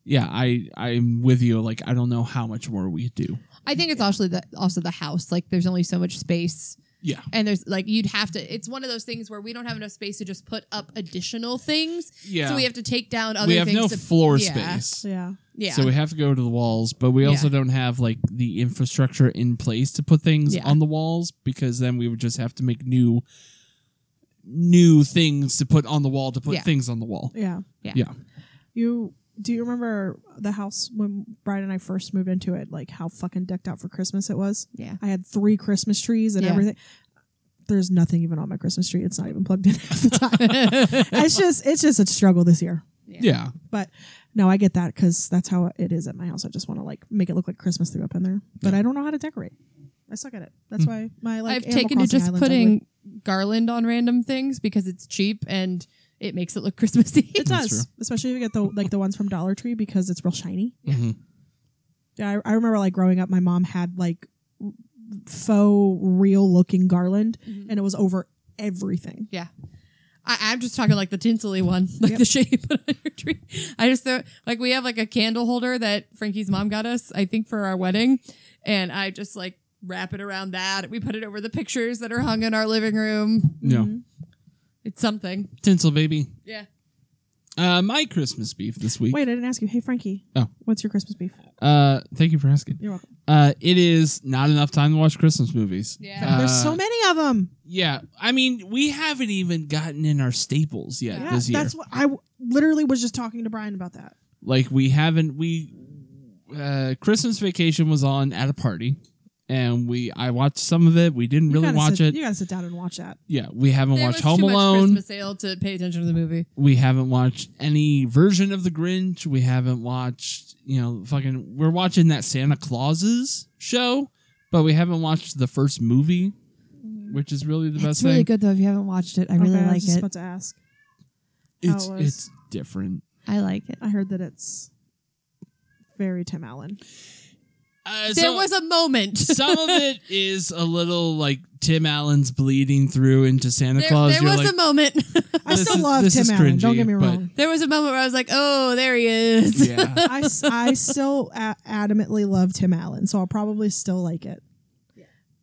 S3: Yeah, I I'm with you. Like I don't know how much more we could do.
S2: I think it's also the also the house. Like there's only so much space,
S3: Yeah.
S2: and there's like you'd have to. It's one of those things where we don't have enough space to just put up additional things,
S3: Yeah.
S2: so we have to take down other.
S3: we have
S2: things
S3: no
S2: to-
S3: floor
S2: yeah.
S3: space.
S1: Yeah.
S2: Yeah,
S3: So we have to go to the walls, but we also
S2: Yeah.
S3: don't have like the infrastructure in place to put things
S2: Yeah.
S3: on the walls because then we would just have to make new new things to put on the wall to put
S2: Yeah.
S3: things on the wall.
S1: Yeah.
S2: Yeah.
S3: Yeah.
S1: You do you remember the house when Brian and I first moved into it? Like how fucking decked out for Christmas it was.
S2: yeah.
S1: I had three Christmas trees and
S2: Yeah.
S1: everything. There's nothing even on my Christmas tree. It's not even plugged in half the time. it's just it's just a struggle this year.
S3: Yeah.
S1: But no, I get that because that's how it is at my house. I just want to like make it look like Christmas threw up in there, but
S3: Yeah. Hmm.
S1: I don't know how to decorate. I suck at it. That's why my like
S2: I've
S1: Animal
S2: taken to
S1: Crossing
S2: just
S1: island's
S2: putting
S1: ugly.
S2: garland on random things because it's cheap and it makes it look Christmassy.
S1: It
S3: That's
S1: does, especially if you get the like the ones from Dollar Tree because it's real shiny.
S3: Mhm.
S1: Yeah, I, I remember like growing up, my mom had like faux real looking garland,
S2: Mhm.
S1: and it was over everything.
S2: I, I'm just talking like the tinsely one, like
S1: Yep.
S2: the shade you put on your tree. I just thought, like, we have like a candle holder that Frankie's mom got us, I think, for our wedding. And I just like wrap it around that. We put it over the pictures that are hung in our living room.
S3: No.
S1: Mhm.
S2: It's something.
S3: Tinsel baby.
S2: Yeah.
S3: Uh, my Christmas beef this week.
S1: Wait, I didn't ask you. Hey, Frankie.
S3: Oh.
S1: What's your Christmas beef?
S3: Uh, thank you for asking.
S1: You're welcome.
S3: Uh, it is not enough time to watch Christmas movies.
S2: Yeah.
S1: There's
S3: Uh,
S1: so many of them.
S3: Yeah, I mean, we haven't even gotten in our staples yet
S1: Yeah,
S3: this year.
S1: that's what I w- literally was just talking to Brian about that.
S3: like we haven't we uh christmas vacation was on at a party and we i watched some of it we didn't
S1: You
S3: really
S1: gotta
S3: watch
S1: sit,
S3: it
S1: You gotta sit down and watch that.
S3: yeah we haven't
S2: There was
S3: watched home
S2: too much
S3: alone
S2: Christmas sale to pay attention to the movie.
S3: we haven't watched any version of the grinch we haven't watched you know fucking we're watching that santa claus's show but we haven't watched the first movie which is really the best thing
S2: Mm-hmm. good though. If you haven't watched it, I
S1: Okay, I was just about to ask. how
S3: it's
S1: it was.
S3: it's different
S2: I like it.
S1: I heard that it's very Tim Allen.
S3: uh,
S2: there
S3: so-
S2: was a moment.
S3: some of it is a little like Tim Allen's bleeding through into Santa
S2: there
S3: Claus.
S2: there
S3: You're
S2: was
S3: like,
S2: a moment.
S1: I
S3: This
S1: still
S3: is-
S1: love
S3: this
S1: Tim
S3: is
S1: Allen. Don't
S3: cringy,
S1: get me
S3: but-
S1: wrong.
S2: there was a moment where I was like, "Oh, there he is."
S3: yeah.
S1: I, s- I still a- adamantly love Tim Allen, so I'll probably still like it.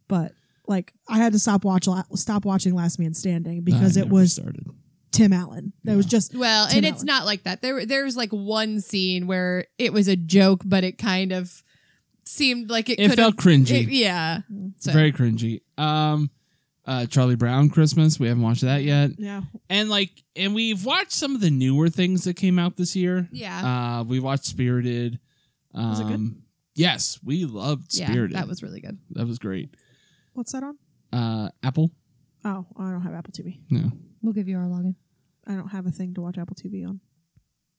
S1: But like I had to stop watch stop watching Last Man Standing because
S3: I
S1: it
S3: never
S1: was
S3: started.
S1: Tim Allen. That was
S3: Yeah.
S1: just
S2: Well,
S1: Tim
S2: and it's
S1: Allen.
S2: not like that. There, there's like one scene where it was a joke, but it kind of seemed like it.
S3: It
S2: could
S3: felt cringy.
S2: yeah. So
S3: Very cringy. Um, uh, Charlie Brown Christmas. We haven't watched that yet.
S1: yeah.
S3: And like, and we've watched some of the newer things that came out this year.
S2: yeah,
S3: Uh, we watched Spirited. Um,
S1: Was it good?
S3: Yes, we loved
S2: yeah.
S3: Spirited.
S2: That was really good.
S3: that was great.
S1: What's that on?
S3: Uh, Apple.
S1: Oh, I don't have Apple TV.
S3: No.
S2: We'll give you our login.
S1: I don't have a thing to watch Apple TV on.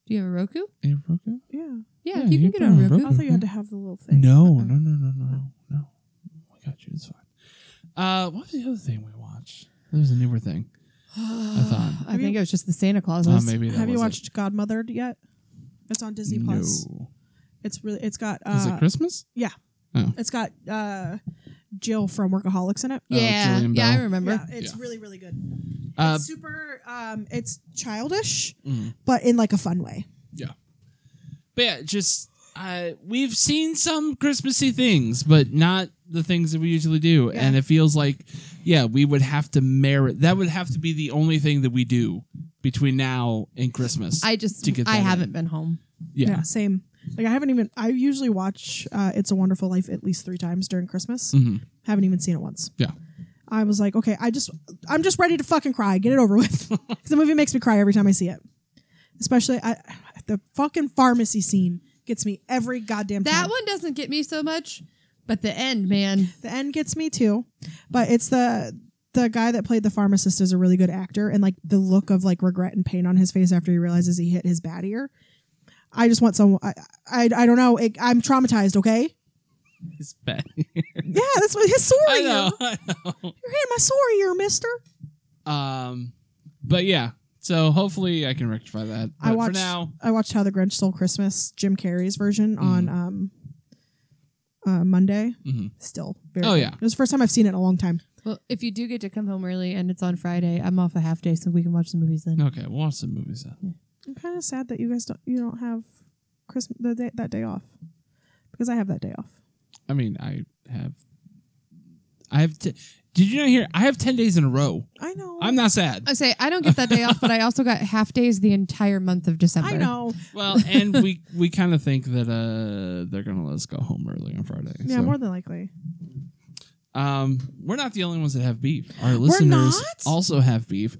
S2: Do you have a Roku?
S3: Hey, Roku?
S1: Yeah,
S2: Yeah,
S3: Yeah,
S2: you can
S3: you
S2: get
S3: put
S2: on
S3: on
S2: Roku.
S1: I thought you had
S3: Mhm.
S1: to have the little thing.
S3: No,
S1: Uh-uh.
S3: no, no, no, no, no. I got you. It's fine. Uh, what was the other thing we watched? There was a newer thing.
S2: I
S3: thought.
S1: Have
S2: think
S1: you-
S2: it was just the Santa Claus.
S3: Uh, maybe that
S1: Have you
S3: was it.
S1: watched Godmothered yet? It's on Disney
S3: No.
S1: Plus. It's really it's got
S3: Is
S1: uh,
S3: it Christmas?
S1: It's got uh, Jill from Workaholics in it.
S3: Oh,
S2: Yeah,
S3: Jillian
S2: yeah, I
S3: Bell.
S2: remember.
S1: Yeah, it's
S3: Yeah.
S1: really really good.
S3: Uh,
S1: it's super. Um, it's childish,
S3: mm.
S1: but in like a fun way.
S3: But yeah, just uh, we've seen some Christmassy things, but not the things that we usually do.
S1: Yeah.
S3: And it feels like, yeah, we would have to merit. That would have to be the only thing that we do between now and Christmas.
S2: I just
S3: To get
S2: I
S3: that in.
S2: haven't been home.
S3: yeah.
S1: same. Like I haven't even. I usually watch uh, It's a Wonderful Life at least three times during Christmas.
S3: Mhm.
S1: Haven't even seen it once.
S3: Yeah.
S1: I was like, okay, I just, I'm just ready to fucking cry. Get it over with. 'Cause the movie makes me cry every time I see it. Especially I, the fucking pharmacy scene gets me every goddamn time.
S2: That one doesn't get me so much, but the end, man.
S1: The end gets me too, but it's the the guy that played the pharmacist is a really good actor, and like the look of like regret and pain on his face after he realizes he hit his bad ear. I just want some. I I, I don't know. It, I'm traumatized. Okay.
S3: It's bad.
S1: Yeah, that's what his sore
S3: I
S1: ear. You're
S3: know.
S1: hitting
S3: I know.
S1: my sore ear, Mister.
S3: Um, but yeah. So hopefully I can rectify that. But
S1: I watched.
S3: for now.
S1: I watched How the Grinch Stole Christmas, Jim Carrey's version,
S3: Mm.
S1: on um uh, Monday.
S3: Mhm.
S1: Still. Very
S3: Oh,
S1: good.
S3: yeah.
S1: It was the first time I've seen it in a long time.
S2: Well, if you do get to come home early and it's on Friday, I'm off a half day, so we can watch the movies then.
S3: Okay, we'll watch some movies then.
S1: I'm kind of sad that you guys don't you don't have Christmas the day, that day off because I have that day off.
S3: I mean, I have. I have. T- Did you not hear? I have ten days in a row.
S1: I know.
S3: I'm not sad.
S1: Uh,
S2: I say I don't get that day off, but I also got half days the entire month of December.
S1: I know.
S3: Well, and we we kind of think that uh they're gonna let us go home early on Friday.
S1: Yeah,
S3: so.
S1: more than likely.
S3: um, we're not the only ones that have beef. Our listeners
S1: not?
S3: also have beef.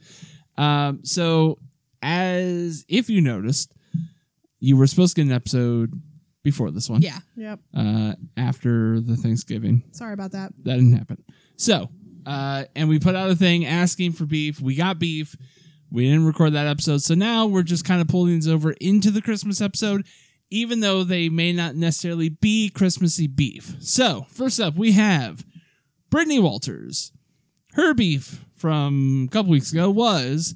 S3: Um, so as if you noticed, you were supposed to get an episode before this one.
S2: Yeah.
S1: Yep.
S3: Uh, after the Thanksgiving,
S1: Sorry about that.
S3: that didn't happen. So, uh, and we put out a thing asking for beef. We got beef. We didn't record that episode. So now we're just kind of pulling these over into the Christmas episode, even though they may not necessarily be Christmassy beef. So, first up, we have Brittany Walters. Her beef from a couple weeks ago was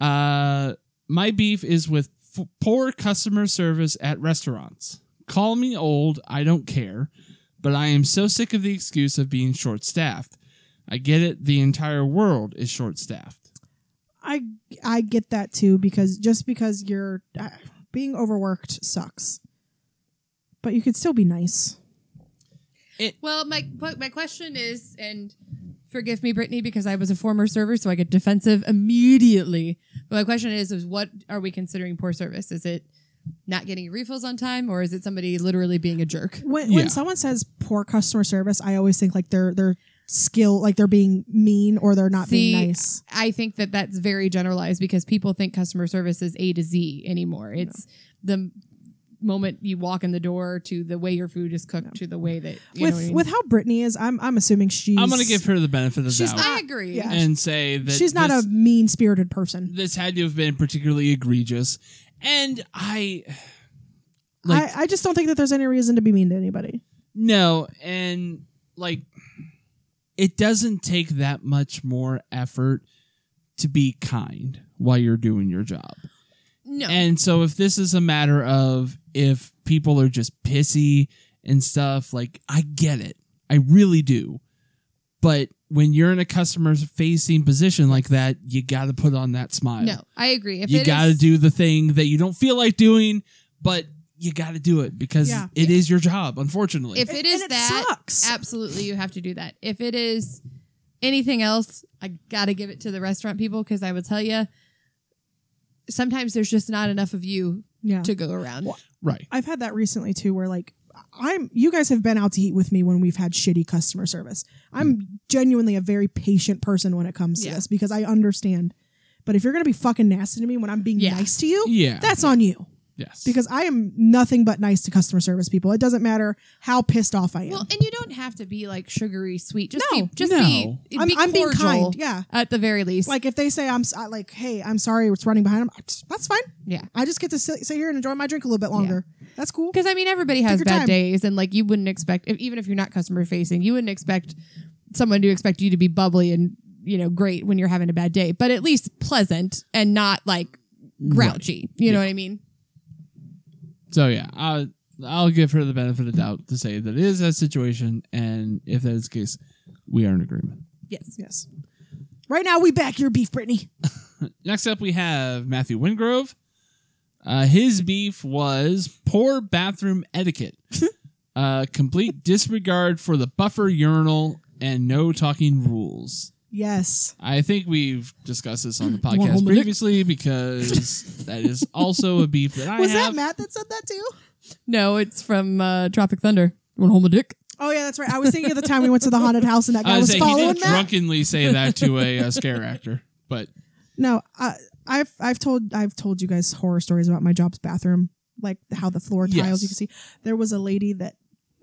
S3: uh, my beef is with f- poor customer service at restaurants. Call me old, I don't care but I am so sick of the excuse of being short staffed. I get it, the entire world is short staffed.
S1: I I get that too because just because you're uh, being overworked sucks, but you could still be nice.
S2: Well, my my question is, and forgive me, Brittany, because I was a former server, so I get defensive immediately. But my question is, is what are we considering poor service? Is it not getting refills on time, or is it somebody literally being a jerk?
S1: When
S3: Yeah.
S1: when someone says poor customer service, I always think like they're they're skill like they're being mean or they're not
S2: See,
S1: being nice.
S2: I think that that's very generalized because people think customer service is A to Z anymore. It's the moment you walk in the door to the way your food is cooked to the way that you
S1: With
S2: know what I mean?
S1: with how Brittany is, I'm I'm assuming she's
S3: I'm going to give her the benefit of the
S1: she's
S3: doubt
S2: I agree.
S1: Yeah.
S3: and say that
S1: she's not
S3: this,
S1: a mean spirited person.
S3: This had to have been particularly egregious, and I like
S1: I, I just don't think that there's any reason to be mean to anybody.
S3: no, and like it doesn't take that much more effort to be kind while you're doing your job.
S2: No.
S3: And so if this is a matter of if people are just pissy and stuff, like I get it. I really do. But when you're in a customer facing position like that, you got to put on that smile.
S2: no, I agree. If
S3: you
S2: it
S3: got to
S2: is-
S3: do the thing that you don't feel like doing, but you got to do it because
S1: Yeah.
S3: it is your job. Unfortunately,
S2: If it is
S1: and it
S2: that,
S1: sucks.
S2: absolutely you have to do that. If it is anything else, I gotta give it to the restaurant people because I will tell you, sometimes there's just not enough of you
S1: yeah.
S2: to go around.
S3: right,
S1: I've had that recently too, where like I'm you guys have been out to eat with me when we've had shitty customer service. I'm genuinely a very patient person when it comes
S2: Hmm. Yeah.
S1: to this because I understand. But if you're gonna be fucking nasty to me when I'm being
S2: Yeah.
S1: nice to you,
S3: yeah,
S1: that's on you.
S3: yes,
S1: Because I am nothing but nice to customer service people. It doesn't matter how pissed off I am.
S2: Well, and you don't have to be like sugary sweet. Just
S1: No,
S2: be, just
S3: no.
S2: be,
S1: I'm,
S2: be
S1: I'm being
S2: cordial
S1: kind. Yeah.
S2: at the very least.
S1: Like if they say I'm s- I- like, hey, I'm sorry, it's running behind. I'm, that's fine.
S2: yeah,
S1: I just get to sit, sit here and enjoy my drink a little bit longer. That's cool.
S2: because I mean everybody has
S1: your
S2: bad
S1: time.
S2: days, and like you wouldn't expect, if, even if you're not customer facing, you wouldn't expect someone to expect you to be bubbly and you know great when you're having a bad day, but at least pleasant and not like grouchy. You know what I mean?
S3: So yeah, I, I'll give her the benefit of doubt to say that it is that situation, and if that is the case, we are in agreement.
S2: Yes.
S1: yes. Right now we back your beef, Brittany.
S3: Next up, we have Matthew Wingrove. Uh, his beef was poor bathroom etiquette, uh, complete disregard for the buffer urinal, and no talking rules.
S1: Yes.
S3: I think we've discussed this on the want podcast home with Nick? previously because that is also a beef that I
S1: Was
S3: have.
S1: that Matt that said that too?
S2: No, it's from uh, Tropic Thunder. You want to hold my dick?
S1: Oh yeah, that's right. I was thinking of the time we went to the haunted house and that guy
S3: I
S1: was
S3: was saying he
S1: following
S3: didn't
S1: Matt.
S3: drunkenly say that to a, uh scare actor, but
S1: No, I, I've I've told I've told you guys horror stories about my job's bathroom, like how the floor tiles
S3: Yes.
S1: you can see. There was a lady that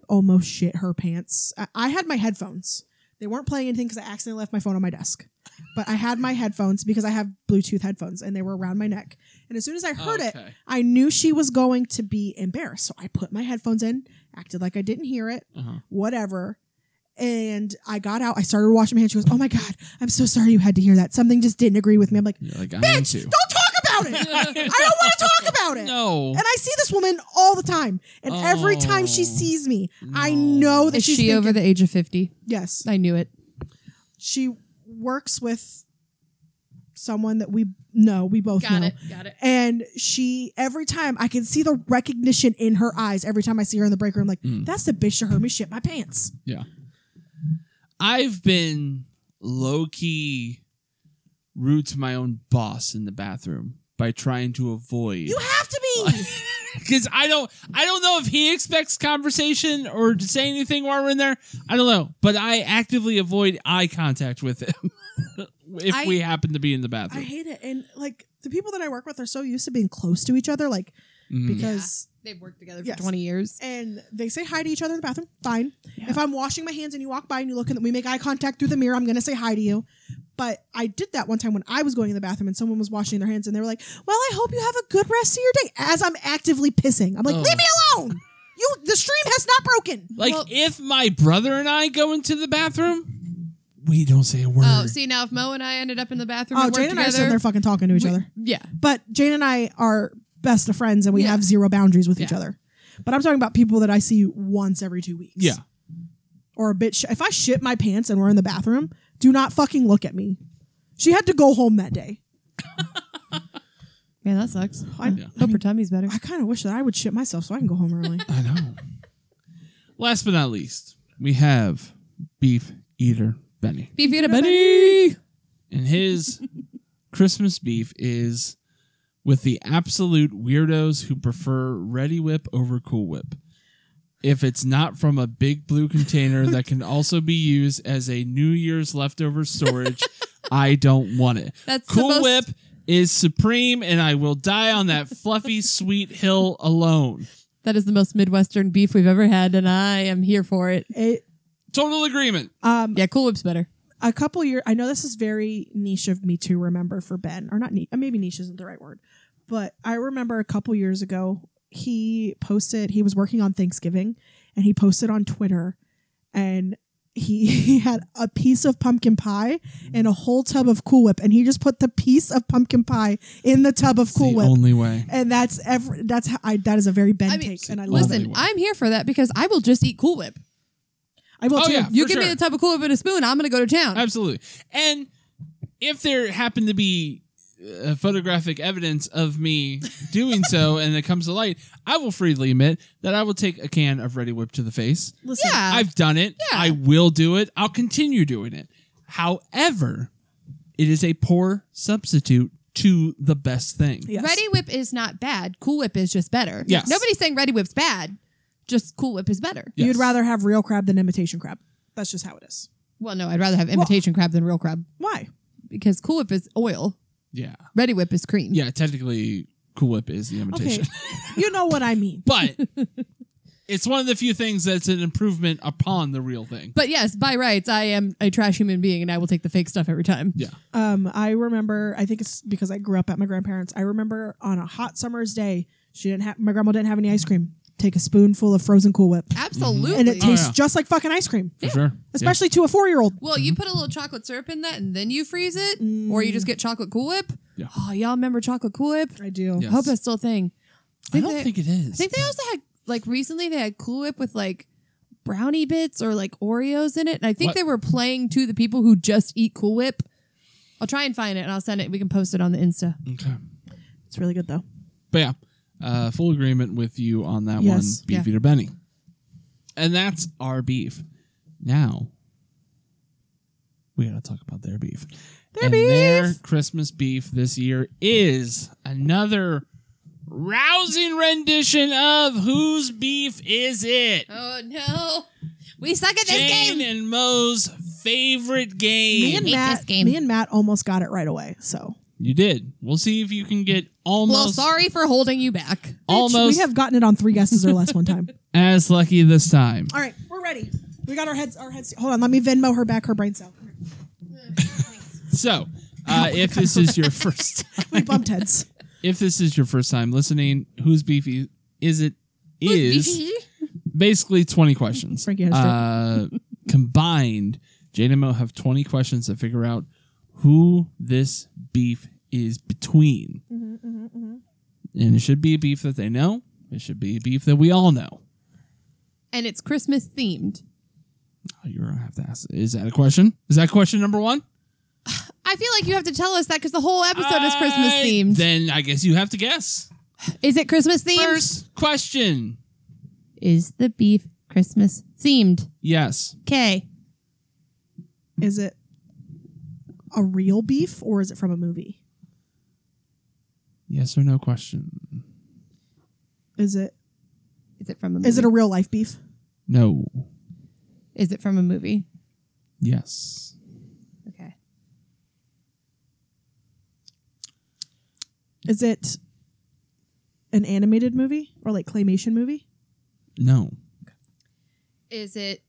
S1: almost shit her pants. I, I had my headphones. They weren't playing anything because I accidentally left my phone on my desk. But I had my headphones because I have Bluetooth headphones and they were around my neck. And as soon as I heard it,
S3: Okay.
S1: I knew she was going to be embarrassed. So I put my headphones in, acted like I didn't hear it.
S3: Uh-huh.
S1: whatever. And I got out. I started washing my hands. She goes, "Oh my god, I'm so sorry you had to hear that. Something just didn't agree with me." I'm like,
S3: You're like, I'm
S1: "Bitch,
S3: into.
S1: don't talk about it. I don't want to talk about it."
S3: No.
S1: And I see this woman all the time, and every time she
S3: Oh,
S1: sees me, I
S3: no.
S1: know that
S2: Is she
S1: she's thinking-
S2: over the age of 50?
S1: Yes,
S2: I knew it.
S1: she works with someone that we know. We both know.
S2: Got it.
S1: And she, every time I can see the recognition in her eyes every time I see her in the break room, like,
S3: Mm.
S1: that's the bitch that heard me shit my pants.
S3: Yeah. I've been low key rude to my own boss in the bathroom by trying to avoid
S1: You have to be.
S3: because I don't I don't know if he expects conversation or to say anything while we're in there. I don't know, but I actively avoid eye contact with him if
S1: I-
S3: we happen to be in
S1: I
S3: the bathroom.
S1: hate it. And like the people that I work with are so used to being close to each other, like
S3: Mhm.
S2: Mm.
S1: because
S2: They've worked together for
S1: Yes.
S2: 20 years.
S1: and they say hi to each other in the bathroom. Fine. If I'm washing my hands and you walk by and you look and we make eye contact through the mirror, I'm gonna say hi to you. But I did that one time when I was going in the bathroom and someone was washing their hands and they were like, "Well, I hope you have a good rest of your day." As I'm actively pissing, I'm like,
S3: Oh.
S1: "Leave me alone! You, the stream has not broken."
S3: Like
S2: Well-
S3: if my brother and I go into the bathroom, we don't say a word.
S2: Oh, see, now if Mo and I ended up in the bathroom
S1: Oh,
S2: and
S1: Jane
S2: worked
S1: and I are sitting
S2: together.
S1: there fucking talking to each
S2: we-
S1: other.
S2: yeah.
S1: But Jane and I are best of friends and we
S2: Yeah.
S1: have zero boundaries with each
S2: Yeah.
S1: other. But I'm talking about people that I see once every two weeks.
S3: yeah.
S1: Or a bit. Sh- if I shit my pants and we're in the bathroom, do not fucking look at me. She had to go home that day.
S2: Man, that sucks.
S1: I,
S3: Yeah.
S2: Hope her tummy's better.
S1: I kind of wish that I would shit myself so I can go home early.
S3: I know. Last but not least, we have beef eater Benny.
S2: Beef Eater Bunny!
S3: And his Christmas beef is with the absolute weirdos who prefer Ready Whip over Cool Whip. If it's not from a big blue container that can also be used as a New Year's leftover storage, I don't want it.
S2: That's the
S3: cool
S2: most-
S3: Whip is supreme, and I will die on that fluffy, sweet hill alone.
S2: That is the most Midwestern beef we've ever had, and I am here for it.
S1: It,
S3: Total agreement.
S1: um,
S2: Yeah, Cool Whip's better.
S1: a couple years, I know this is very niche of me to remember for Ben, or not niche, uh, maybe niche isn't the right word, but I remember a couple years ago, he posted, he was working on Thanksgiving and he posted on Twitter and he, he had a piece of pumpkin pie and a whole tub of Cool Whip and he just put the piece of pumpkin pie in the tub of Cool
S3: the
S1: Whip.
S3: only way.
S1: and that's every, that's how I, that is a very Ben
S2: I mean,
S1: take and I love it.
S2: Listen,
S3: Whip.
S2: I'm here for that because I will just eat Cool Whip.
S1: I will
S3: Oh,
S1: too.
S3: yeah.
S2: You
S3: For
S2: give me
S3: sure.
S2: the tub of Cool Whip and a spoon, I'm going to go to town.
S3: Absolutely. And if there happen to be uh, photographic evidence of me doing so and it comes to light, I will freely admit that I will take a can of Ready Whip to the face.
S1: Listen,
S2: Yeah.
S3: I've done it.
S2: Yeah.
S3: I will do it. I'll continue doing it. However, it is a poor substitute to the best thing.
S1: Yes.
S2: Ready Whip is not bad. Cool Whip is just better.
S3: Yes.
S2: Nobody's saying Ready Whip's bad. Just Cool Whip is better.
S3: Yes.
S1: You'd rather have real crab than imitation crab. That's just how it is.
S2: Well, no, I'd rather have imitation crab than real crab
S1: Why?
S2: because Cool Whip is oil.
S3: Yeah.
S2: Ready Whip is cream.
S3: Yeah, technically Cool Whip is the
S1: Okay.
S3: imitation.
S1: you know what I mean.
S3: But it's one of the few things that's an improvement upon the real thing.
S2: But yes, by rights, I am a trash human being and I will take the fake stuff every time.
S3: Yeah.
S1: Um, I remember. I think it's because I grew up at my grandparents. I remember on a hot summer's day, she didn't have my grandma didn't have any ice cream. Take a spoonful of frozen Cool Whip,
S2: Absolutely.
S1: and it tastes
S3: Oh, yeah.
S1: just like fucking ice cream,
S3: For sure.
S1: especially to a four year old.
S2: well,
S3: Mm-hmm.
S2: you put a little chocolate syrup in that and then you freeze it, or you just get chocolate Cool Whip.
S3: Mm. Yeah.
S2: Oh, y'all remember chocolate Cool Whip?
S1: I do.
S3: Yeah.
S2: I hope that's still a thing.
S3: Yeah. I don't
S2: they-
S3: think it is.
S2: I think they also had like recently they had Cool Whip with like brownie bits or like Oreos in it, and I think
S3: What?
S2: they were playing to the people who just eat Cool Whip. I'll try and find it and I'll send it. We can post it on the Insta.
S3: Okay.
S1: It's really good though.
S3: But yeah, uh, full agreement with you on that
S1: Yes.
S3: one, Beef
S2: Yeah.
S3: Eater Benny. And that's our beef. Now, we got to talk about their beef. Their and
S1: beef!
S3: Their Christmas beef this year is another rousing rendition of Whose Beef Is It?
S1: Uh,
S2: Oh no, we suck at
S3: Jane and Moe's favorite game.
S1: Me and
S2: hate
S1: Matt,
S2: this game.
S1: me and Matt almost got it right away. So
S3: you did. We'll see if you can get
S2: Well,
S3: almost
S2: sorry for holding you back.
S1: we
S3: almost
S1: have gotten it on three guesses or less one time.
S3: as lucky this time.
S1: All right, we're ready. We got our heads. Our heads. Hold on, let me Venmo her back her brain cell.
S3: So, uh, if this is your first,
S1: We bumped heads.
S3: if this is your first time listening, whose beefy is it? Is basically twenty questions.
S1: Frankie had a
S3: uh, combined, Jane and Mo have twenty questions to figure out who this beef is between.
S2: Mm-hmm,
S3: And it should be a beef that they know. It should be a beef that we all know.
S2: and it's Christmas themed.
S3: Oh, You're gonna have to ask. Is that a question? Is that question number one?
S2: I feel like you have to tell us that because the whole episode is Christmas
S3: I-
S2: themed.
S3: Then I guess you have to guess.
S2: is it Christmas themed?
S3: First question.
S2: Is the beef Christmas themed?
S3: Yes.
S2: Okay.
S1: Is it a real beef or is it from a movie?
S3: Yes or no question.
S1: Is it
S2: Is it from a movie?
S1: is
S3: Mm-hmm.
S1: it a real life beef?
S3: No.
S2: Is it from a movie?
S3: Yes.
S2: Okay.
S1: Is it an animated movie or like claymation movie?
S3: No.
S2: Is it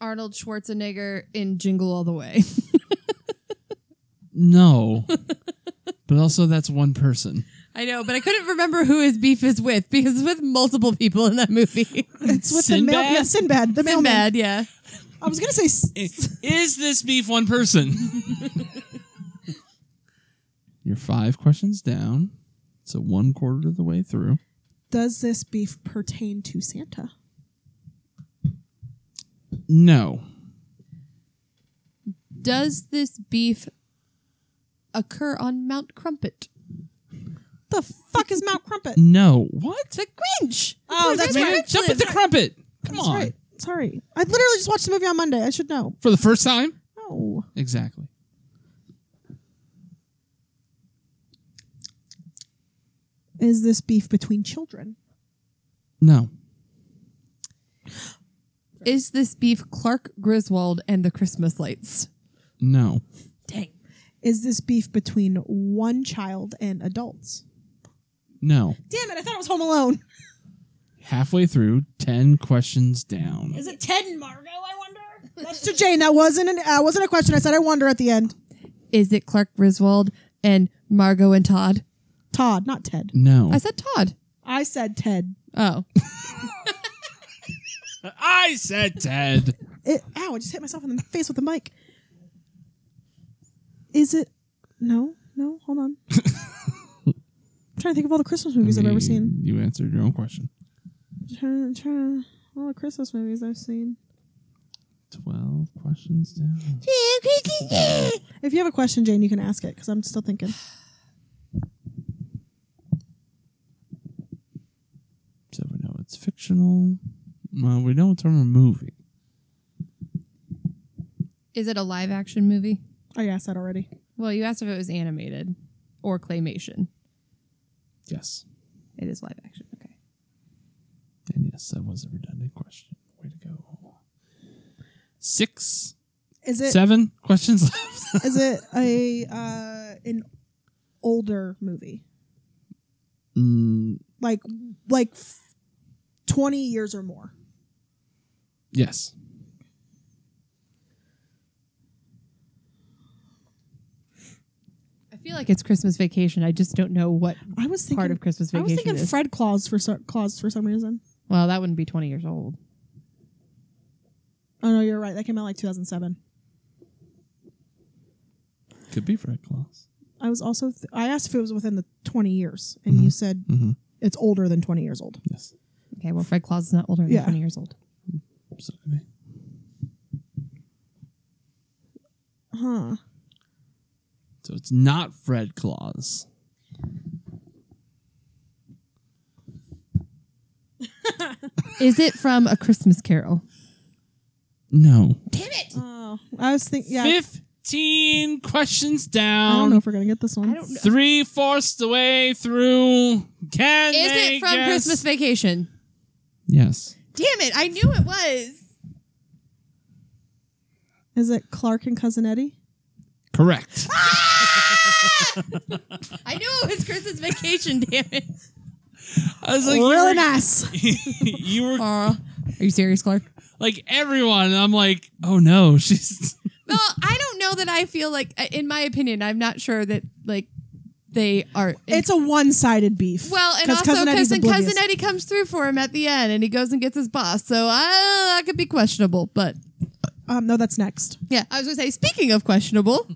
S2: Arnold Schwarzenegger in Jingle All the Way?
S3: No. but also, that's one person.
S2: I know, but I couldn't remember who his beef is with because it's with multiple people in that movie.
S1: It's with the mail.
S3: Sinbad?
S1: Yeah, Sinbad. The mailman.
S2: Bad, yeah.
S1: I was gonna say s-
S3: I- Is this beef one person? You're five questions down. So one quarter of the way through.
S1: does this beef pertain to Santa?
S3: No.
S2: Does this beef occur on Mount Crumpet?
S1: The fuck is Mount Crumpet?
S3: No. What?
S2: The Grinch.
S1: Oh, that's
S3: Man,
S1: right.
S3: jump at the crumpet. Come
S1: That's
S3: on.
S1: right. Sorry. I literally just watched the movie on Monday. I should know.
S3: For the first time?
S1: No.
S3: Exactly.
S1: Is this beef between children?
S3: No.
S2: Is this beef Clark Griswold and the Christmas lights?
S3: No.
S2: Dang.
S1: Is this beef between one child and adults?
S3: No.
S1: Damn it, I thought it was Home Alone.
S3: Halfway through, 10 questions down.
S1: Is it Ted and Margot? I wonder. That's to Jane. That wasn't an, uh, wasn't a question. I said I wonder at the end.
S2: Is it Clark Griswold and Margot and Todd?
S1: Todd, not Ted.
S3: No.
S2: I said Todd.
S1: I said Ted.
S2: Oh.
S3: I said Ted.
S1: It, ow! I just hit myself in the face with the mic. Is it? No, no. Hold on. I'm trying to think of all the Christmas movies I have ever seen.
S3: You answered your own question.
S1: Trying, trying all the Christmas movies I've seen.
S3: 12 questions down.
S1: If you have a question, Jane, you can ask it because I'm still thinking.
S3: So we know it's fictional. Well, we know it's from a movie.
S2: Is it a live action movie?
S1: Oh, I asked that already.
S2: Well, you asked if it was animated or claymation.
S3: Yes.
S2: It is live action. Okay.
S3: And yes, that was a redundant question. Way to go. Six,
S1: Is it is
S3: seven questions left.
S1: it a uh, an older movie
S3: Mm,
S1: like like f- twenty years or more?
S3: yes.
S2: I feel like it's Christmas Vacation. I just don't know what
S1: I was thinking
S2: part of Christmas
S1: I
S2: Vacation
S1: was thinking
S2: is.
S1: Fred Claus for so- Claus for some reason.
S2: well, that wouldn't be 20 years old.
S1: Oh no, you're right. That came out like 2007.
S3: Could be Fred Claus.
S1: I was also th- I asked if it was within the 20 years, and you said
S3: Mm-hmm.
S1: it's older than 20 years old.
S3: Yes.
S2: Okay, well, Fred Claus is not older than
S1: Yeah.
S2: 20 years old.
S3: So could be.
S1: Huh.
S3: So it's not Fred Claus.
S2: Is it from A Christmas Carol?
S3: No.
S1: Oh, I was thinking. Yeah,
S3: 15 questions
S1: I
S3: down.
S1: don't know if we're gonna get this one.
S2: I don't know.
S3: Three fourths the way through. Can
S2: Is
S3: they
S2: it from
S3: guess?
S2: Christmas Vacation?
S3: Yes.
S2: Damn it, I knew it was.
S1: Is it Clark and Cousin Eddie?
S3: Correct.
S2: Ah! I knew it was Christmas Vacation, damn it.
S3: I was like, you
S1: really
S3: were-
S1: nice.
S3: you were
S2: Carl. Uh, Are you serious, Clark?
S3: like everyone. and I'm like, oh no, she's
S2: Well, I don't know that I feel like, uh, in my opinion, I'm not sure that, like, they are.
S1: It's a one-sided beef.
S2: Well, and
S1: 'Cause
S2: also
S1: Eddie's
S2: because
S1: oblivious.
S2: cousin Eddie comes through for him at the end, and he goes and gets his boss. So I, that could be questionable. But
S1: Um, no, that's next.
S2: yeah, I was gonna say. Speaking of questionable,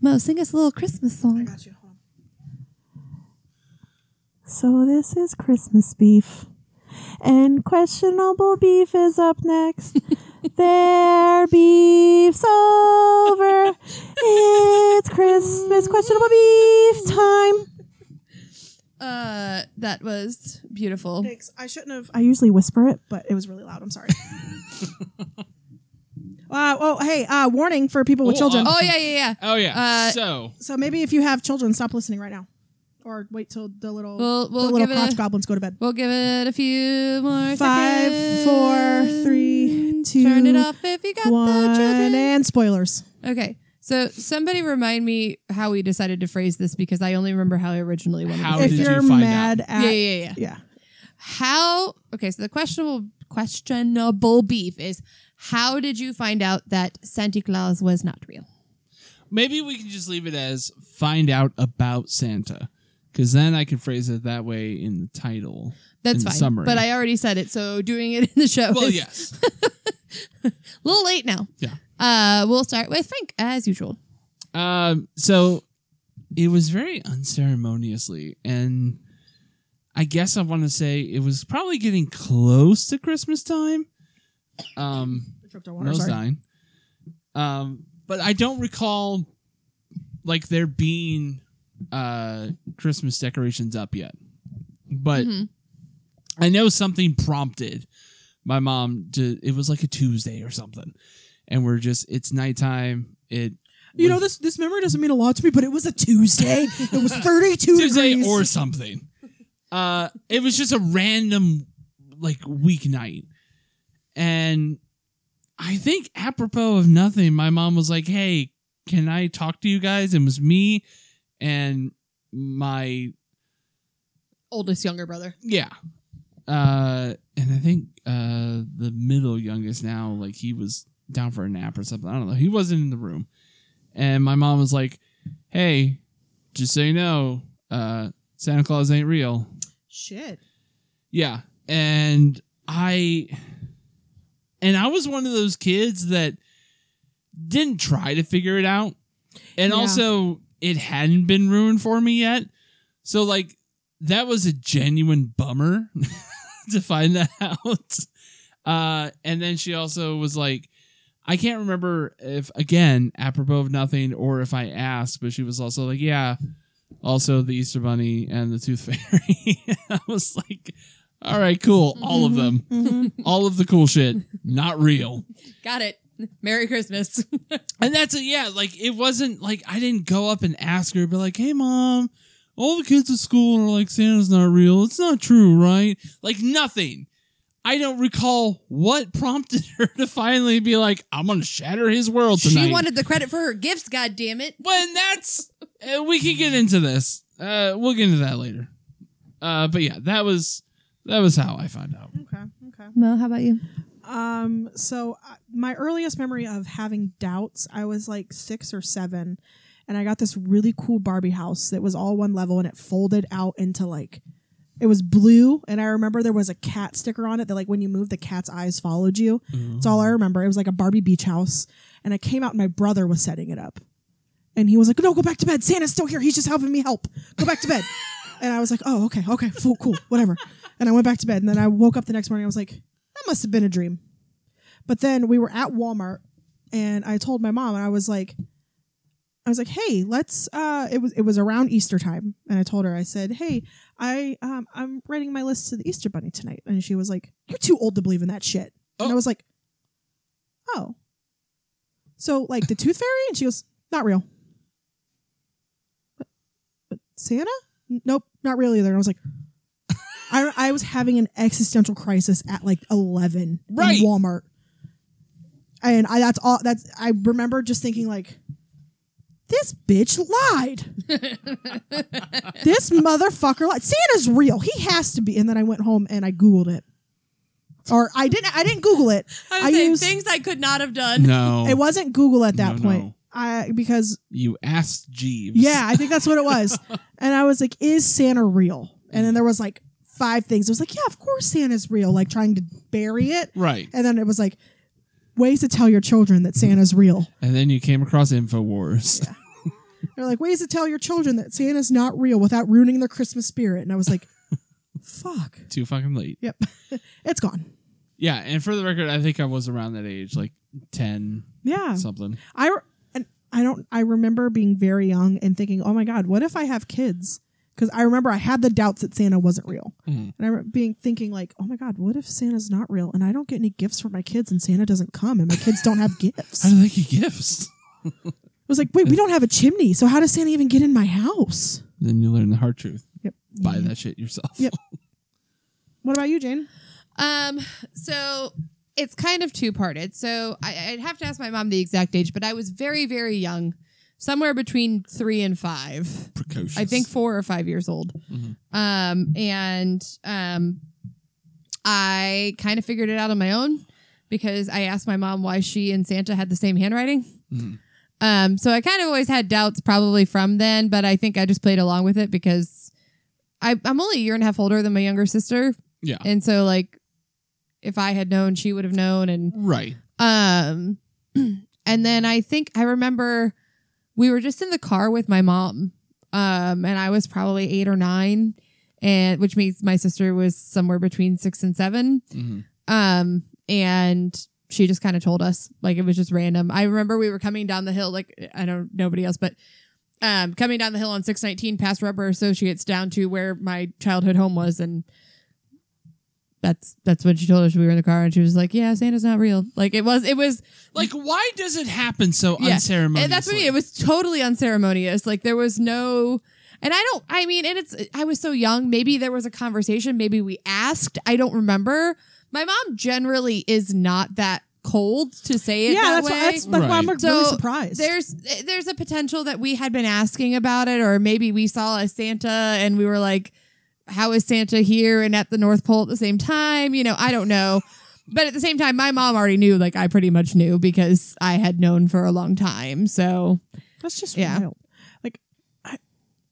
S2: Mo, sing us a little Christmas song.
S1: Got you.
S4: So this is Christmas beef. And questionable beef is up next. Their beef's over. It's Christmas questionable beef time.
S2: Uh, that was beautiful.
S1: Thanks. I shouldn't have.
S4: I usually whisper it.
S1: but it was really loud. I'm sorry. uh, oh, hey, uh, warning for people with
S3: Oh,
S1: children.
S3: um,
S2: Oh yeah, yeah, yeah.
S3: oh yeah.
S2: Uh,
S3: so
S1: so maybe if you have children, stop listening right now, or wait till the little
S2: We'll
S1: the
S2: we'll
S1: little
S2: give it
S1: crotch
S2: a,
S1: goblins go to bed.
S2: we'll give it a few more.
S1: Five, four, three,
S2: seconds. Turn it
S1: two,
S2: off if you got the
S1: One
S2: children.
S1: and spoilers.
S2: Okay. So somebody remind me how we decided to phrase this because I only remember how I originally wanted.
S3: How
S2: to
S1: if
S2: phrase
S3: did
S2: it.
S1: you're
S3: you find
S1: mad at
S2: yeah, yeah, yeah.
S1: yeah.
S2: how okay so the questionable questionable beef is how did you find out that santa claus was not real
S3: maybe we can just leave it as find out about Santa, because then I can phrase it that way in the title.
S2: that's
S3: In
S2: fine
S3: summary.
S2: but i already said it so doing it in the show
S3: Well,
S2: is
S3: yes.
S2: a little late now
S3: Yeah.
S2: uh we'll start with frank as usual
S3: Um, so it was very unceremoniously, and I guess I want to say it was probably getting close to Christmas time. Um,
S1: I tripped on water,
S3: nose
S1: sorry.
S3: dying. Um, but I don't recall like there being uh Christmas decorations up yet. But
S1: Mm-hmm.
S2: Mhm.
S3: I know something prompted my mom to it was like a Tuesday or something. And we're just it's nighttime. It
S1: You
S3: was
S1: know this this memory doesn't mean a lot to me, but it was a Tuesday. it was 32
S3: Tuesday
S1: degrees.
S3: or something. Uh it was just a random like weeknight. And I think apropos of nothing, my mom was like, "Hey, can I talk to you guys?" And it was me and my
S2: oldest younger brother
S3: yeah. Uh and I think uh the middle youngest now like he was down for a nap or something. I don't know. He wasn't in the room. And my mom was like, "Hey, just so you know, uh Santa Claus ain't real."
S1: Shit.
S3: Yeah. And I and I was one of those kids that didn't try to figure it out. And
S1: Yeah.
S3: also it hadn't been ruined for me yet. So like that was a genuine bummer to find that out. Uh and then she also was like I can't remember if again apropos of nothing or if I asked, but she was also like, "Yeah, also the Easter Bunny and the Tooth Fairy." I was like, "All right, cool, all of them,
S1: Mhm.
S3: all of the cool shit, not real."
S2: Got it. Merry Christmas.
S3: And that's it. Yeah, like it wasn't like I didn't go up and ask her, but like, hey, mom, all the kids at school are like Santa's not real. It's not true, right? Like nothing. I don't recall what prompted her to finally be like, I'm gonna shatter his world tonight.
S2: She wanted the credit for her gifts, god damn it.
S3: when that's uh, we can get into this. Uh, we'll get into that later. Uh, but yeah, that was that was how I found out.
S1: Okay. Okay.
S2: Well, how about you?
S1: Um, so uh, my earliest memory of having doubts, I was like six or seven, and I got this really cool Barbie house that was all one level and it folded out into like it was blue, and I remember there was a cat sticker on it that like when you move, the cat's eyes followed you. That's all I remember. It was like a Barbie beach house, and I came out and my brother was setting it up, and he was like, "No, go back to bed. Santa's still here. He's just helping me help. Go back to bed." and I was like, "Oh, okay, okay, cool, cool, whatever." And I went back to bed, and then I woke up the next morning. I was like, "That must have been a dream." But then we were at Walmart and I told my mom and I was like I was like, "Hey, let's uh it was it was around Easter time." And I told her I said, "Hey, I um I'm writing my list to the Easter bunny tonight." And she was like, "You're too old to believe in that shit." And
S3: Oh.
S1: I was like, "Oh." So like the tooth fairy and she goes, "Not real." But, but Santa? N- Nope, not real either. And I was like, I, I was having an existential crisis at like 11
S3: Right.
S1: in Walmart. And I that's all that's I remember just thinking like this bitch lied. this motherfucker lied. Santa's real. He has to be. And then I went home and I googled it. Or I didn't I didn't google it.
S2: I was saying
S1: used-
S2: things I could not have done.
S3: No,
S1: It wasn't Google at that
S3: No,
S1: point.
S3: no.
S1: I because
S3: you asked Jeeves.
S1: yeah, I think that's what it was. and I was like, is Santa real? And then there was like five things. It was like, yeah, of course Santa's real, like trying to bury it.
S3: right.
S1: And then it was like ways to tell your children that Santa's real.
S3: And then you came across Infowars.
S1: They're like ways to tell your children that Santa's not real without ruining their Christmas spirit. And I was like, fuck.
S3: Too fucking late.
S1: Yep. it's gone.
S3: Yeah, and for the record, I think I was around that age, like ten
S1: Yeah.
S3: something.
S1: I re- and I don't I remember being very young and thinking, "Oh my god, what if I have kids?" Cuz I remember I had the doubts that Santa wasn't real.
S3: Mhm.
S1: And I re- being thinking like, "Oh my god, what if Santa's not real and I don't get any gifts for my kids and Santa doesn't come and my kids don't have gifts?"
S3: I
S1: I
S3: don't think he gifts.
S1: was like, "Wait, we don't have a chimney. So how does Santa even get in my house?"
S3: Then you learn the hard truth.
S1: Yep.
S3: Buy
S2: Mm-hmm.
S3: that shit yourself.
S1: Yep. What about you, Jane?
S2: Um, so it's kind of two parted. So I, I'd have to ask my mom the exact age, but I was very, very young, somewhere between three and five.
S3: Precocious.
S2: I think four or five years old.
S3: Mhm.
S2: Um, and um, I kind of figured it out on my own because I asked my mom why she and Santa had the same handwriting.
S3: Mhm.
S2: Um, so I kind of always had doubts probably from then, but I think I just played along with it because I, I'm only a year and a half older than my younger sister.
S3: Yeah.
S2: And so like if I had known, she would have known and
S3: Right.
S2: um, and then I think I remember we were just in the car with my mom, um, and I was probably eight or nine, and which means my sister was somewhere between six and seven.
S3: Mhm.
S2: Um, and she just kind of told us like it was just random. I remember we were coming down the hill, like I don't nobody else, but um, coming down the hill on six nineteen past Rubber Associates down to where my childhood home was, and that's that's when she told us we were in the car, and she was like, "Yeah, Santa's not real." Like it was, it was
S3: Like, why does it happen so
S2: Yeah.
S3: unceremoniously?
S2: and that's what I mean. It was totally unceremonious. Like there was no, and I don't. I mean, and it's. I was so young. Maybe there was a conversation. Maybe we asked. I don't remember. My mom generally is not that cold to say it.
S1: yeah,
S2: that
S1: that's
S2: way.
S1: why, that's, that's why I'm
S3: Right.
S1: really
S2: So,
S1: surprised.
S2: There's there's a potential that we had been asking about it, or maybe we saw a Santa and we were like, "How is Santa here and at the North Pole at the same time?" You know, I don't know. But at the same time, my mom already knew. Like I pretty much knew because I had known for a long time. So
S1: That's just
S2: Yeah.
S1: wild. Like, I,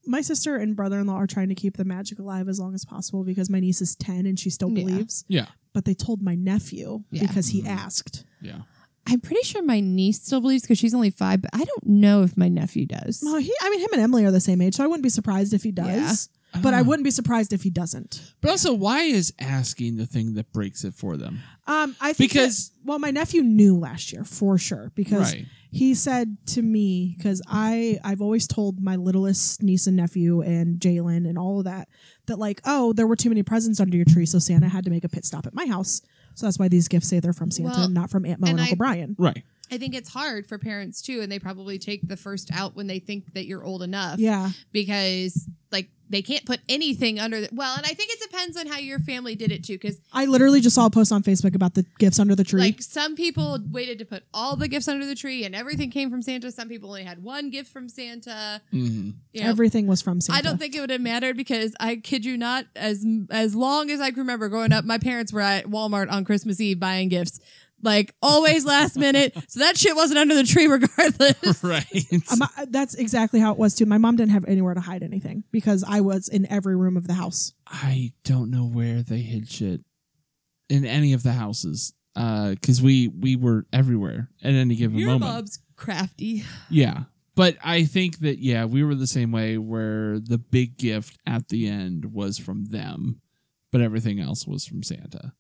S1: my sister and brother in law are trying to keep the magic alive as long as possible because my niece is 10 and she still
S2: Yeah.
S1: believes.
S3: Yeah.
S1: But they told my nephew
S2: Yeah. Mm-hmm.
S1: because he
S3: Mhm.
S1: asked.
S3: Yeah.
S2: I'm pretty sure my niece still believes because she's only five, but I don't know if my nephew does.
S1: Well, he, I mean, him and Emily are the same age, so I wouldn't be surprised if he does. But
S2: Uh-huh.
S1: I wouldn't be surprised if he doesn't.
S3: But also, why is asking the thing that breaks it for them?
S1: Um, I think
S3: Because-
S1: that- well, my nephew knew last year for sure because
S3: Right.
S1: he said to me because I I've always told my littlest niece and nephew and Jalen and all of that that like oh there were too many presents under your tree so Santa had to make a pit stop at my house so that's why these gifts say they're from Santa
S2: Well,
S1: and not from Aunt Mo and,
S2: and I-
S1: Uncle Brian.
S3: Right.
S2: I think it's hard for parents too, and they probably take the first out when they think that you're old enough.
S1: Yeah,
S2: Because like they can't put anything under the well, and I think it depends on how your family did it too, because
S1: I literally just saw a post on Facebook about the gifts under the tree.
S2: Like some people waited to put all the gifts under the tree and everything came from Santa. Some people only had one gift from Santa.
S3: hmm
S2: You know,
S1: Everything was from Santa.
S2: I don't think it would have mattered because I kid you not, as as long as I can remember growing up, my parents were at Walmart on Christmas Eve buying gifts. Like always last minute. so that shit wasn't under the tree regardless.
S3: Right.
S1: Um, I- that's exactly how it was too. My mom didn't have anywhere to hide anything because I was in every room of the house.
S3: I don't know where they hid shit in any of the houses because we we were everywhere at any given
S2: Your
S3: moment.
S2: mom's crafty.
S3: Yeah. But I think that yeah, we were the same way where the big gift at the end was from them, but everything else was from Santa.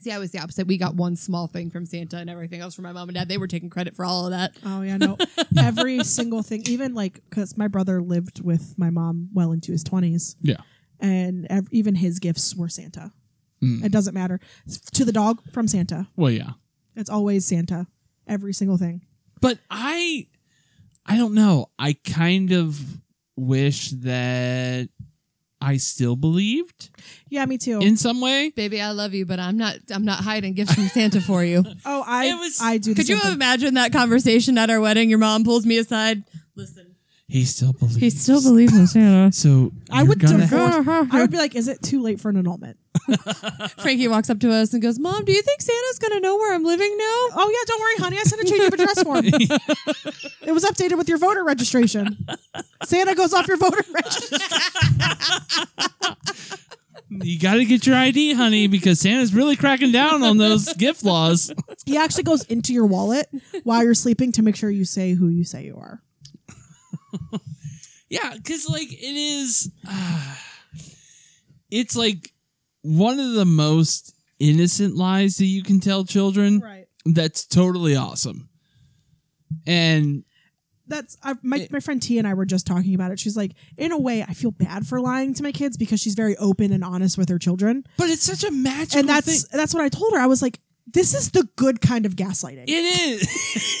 S2: See, I was the opposite. We got one small thing from Santa and everything else from my mom and dad. They were taking credit for all of that.
S1: Oh yeah, no. Every single thing, even like because my brother lived with my mom well into his twenties.
S3: Yeah.
S1: and ev- even his gifts were Santa.
S3: Mm.
S1: It doesn't matter to the dog from Santa.
S3: Well, yeah.
S1: It's always Santa. Every single thing.
S3: But I I don't know. I kind of wish that I still believed
S1: Yeah, me too.
S3: in some way.
S2: Baby, I love you, but I'm not I'm not hiding gifts from Santa for you.
S1: oh, I
S3: It was-
S1: I do. The
S2: Could you
S1: same thing.
S2: imagine that conversation at our wedding? Your mom pulls me aside. Listen,
S3: He still believes.
S2: he still believes in Santa.
S3: So
S1: I
S3: you're
S1: would
S3: gonna
S1: divorce- I would be like, is it too late for an annulment?
S2: Frankie walks up to us and goes, "Mom, do you think Santa's gonna know where I'm living now?"
S1: Oh yeah, don't worry, honey. I sent a change of address form. it was updated with your voter registration. Santa goes off your voter registration.
S3: you got to get your ID, honey, because Santa's really cracking down on those gift laws.
S1: He actually goes into your wallet while you're sleeping to make sure you say who you say you are.
S3: Yeah, because like it is, uh, it's like one of the most innocent lies that you can tell children.
S1: Right.
S3: That's totally awesome. And
S1: That's I, my my friend T and I were just talking about it. She's like, in a way, I feel bad for lying to my kids because she's very open and honest with her children,
S3: but it's such a magical
S1: and that's
S3: thing.
S1: that's what I told her. I was like, this is the good kind of gaslighting.
S3: It is.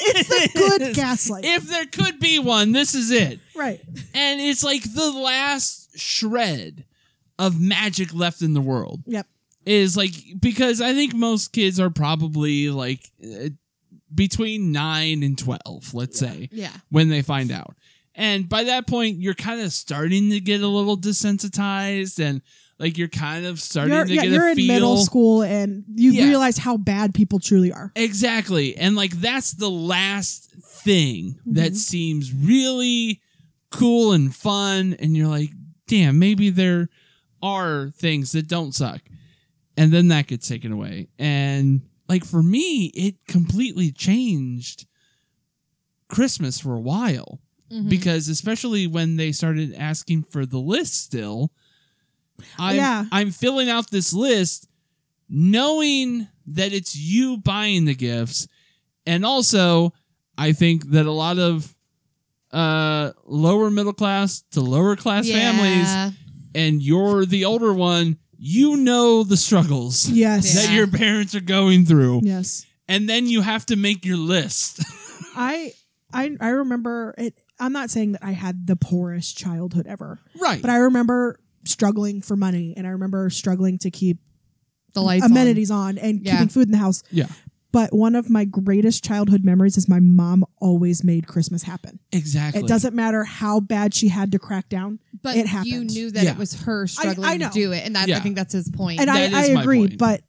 S1: it's the good gaslighting,
S3: If there could be one, this is it.
S1: right?
S3: And it's like the last shred of magic left in the world.
S1: Yep.
S3: is like because I think most kids are probably like uh, between 9 and 12, let's say,
S2: Yeah,
S3: when they find out. And by that point, you're kind of starting to get a little desensitized and like you're kind of starting
S1: You're,
S3: to
S1: yeah,
S3: get
S1: you're
S3: a
S1: in
S3: feel.
S1: middle school and you
S3: Yeah.
S1: realize how bad people truly are.
S3: Exactly. And like that's the last thing that
S1: Mhm.
S3: seems really cool and fun and you're like, "Damn, maybe there are things that don't suck." And then that gets taken away. And like for me, it completely changed Christmas for a while
S1: Mm-hmm.
S2: Mm-hmm.
S3: because especially when they started asking for the list still I'm,
S1: Yeah.
S3: I'm filling out this list knowing that it's you buying the gifts and also i think that a lot of uh lower middle class to lower class families and you're the older one you know the struggles
S1: Yes.
S3: that
S2: Yeah.
S3: your parents are going through
S1: Yes.
S3: and then you have to make your list
S1: I I I remember it. I'm not saying that I had the poorest childhood ever,
S3: right
S1: but I remember struggling for money, and I remember struggling to keep
S2: the lights
S1: amenities on, and
S2: Yeah.
S1: keeping food in the house.
S3: yeah
S1: But one of my greatest childhood memories is my mom always made Christmas happen.
S3: exactly
S1: It doesn't matter how bad she had to crack down,
S2: but
S1: it happened.
S2: you knew that
S3: Yeah.
S2: it was her struggling
S1: I know.
S2: to do it, and that,
S3: Yeah.
S2: I think that's his point.
S1: and I,
S3: That
S1: I
S3: is my
S1: agree.
S3: point.
S1: But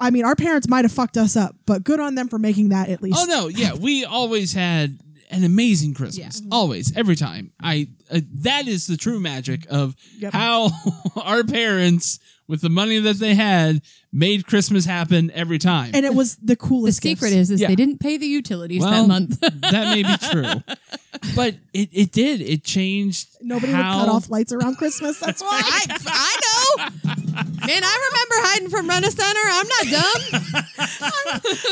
S1: I mean, our parents might have fucked us up, but good on them for making that at least.
S3: Oh no, yeah, we always had an amazing Christmas. Always, every time. I uh, that is the true magic of
S1: Yep.
S3: how our parents with the money that they had, made Christmas happen every time.
S1: and it was the
S2: The
S1: coolest.
S2: secret
S1: gifts.
S2: is, is
S3: Yeah.
S2: they didn't pay the utilities
S3: Well,
S2: that month.
S3: that may be true, but it, it did. It changed.
S1: nobody
S3: how-
S1: would cut off lights around Christmas. That's why.
S2: I, I know. Man, I remember hiding from Rena Center. I'm not dumb.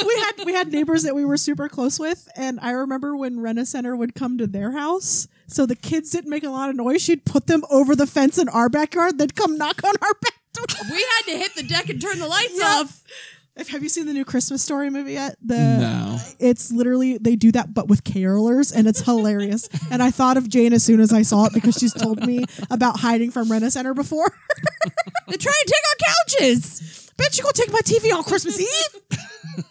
S1: we had we had neighbors that we were super close with, and I remember when Rena Center would come to their house, so the kids didn't make a lot of noise. She'd put them over the fence in our backyard. They'd come knock on our back door.
S2: We had to hit the deck and turn the lights
S1: Yeah.
S2: off.
S1: If- Have you seen the new Christmas Story movie yet? The
S3: No.
S1: it's literally they do that, but with carolers, and it's hilarious. and I thought of Jane as soon as I saw it because she's told me about hiding from Rena Center before.
S2: They're trying to take our couches.
S1: Bitch, you gonna take my TV on Christmas Eve?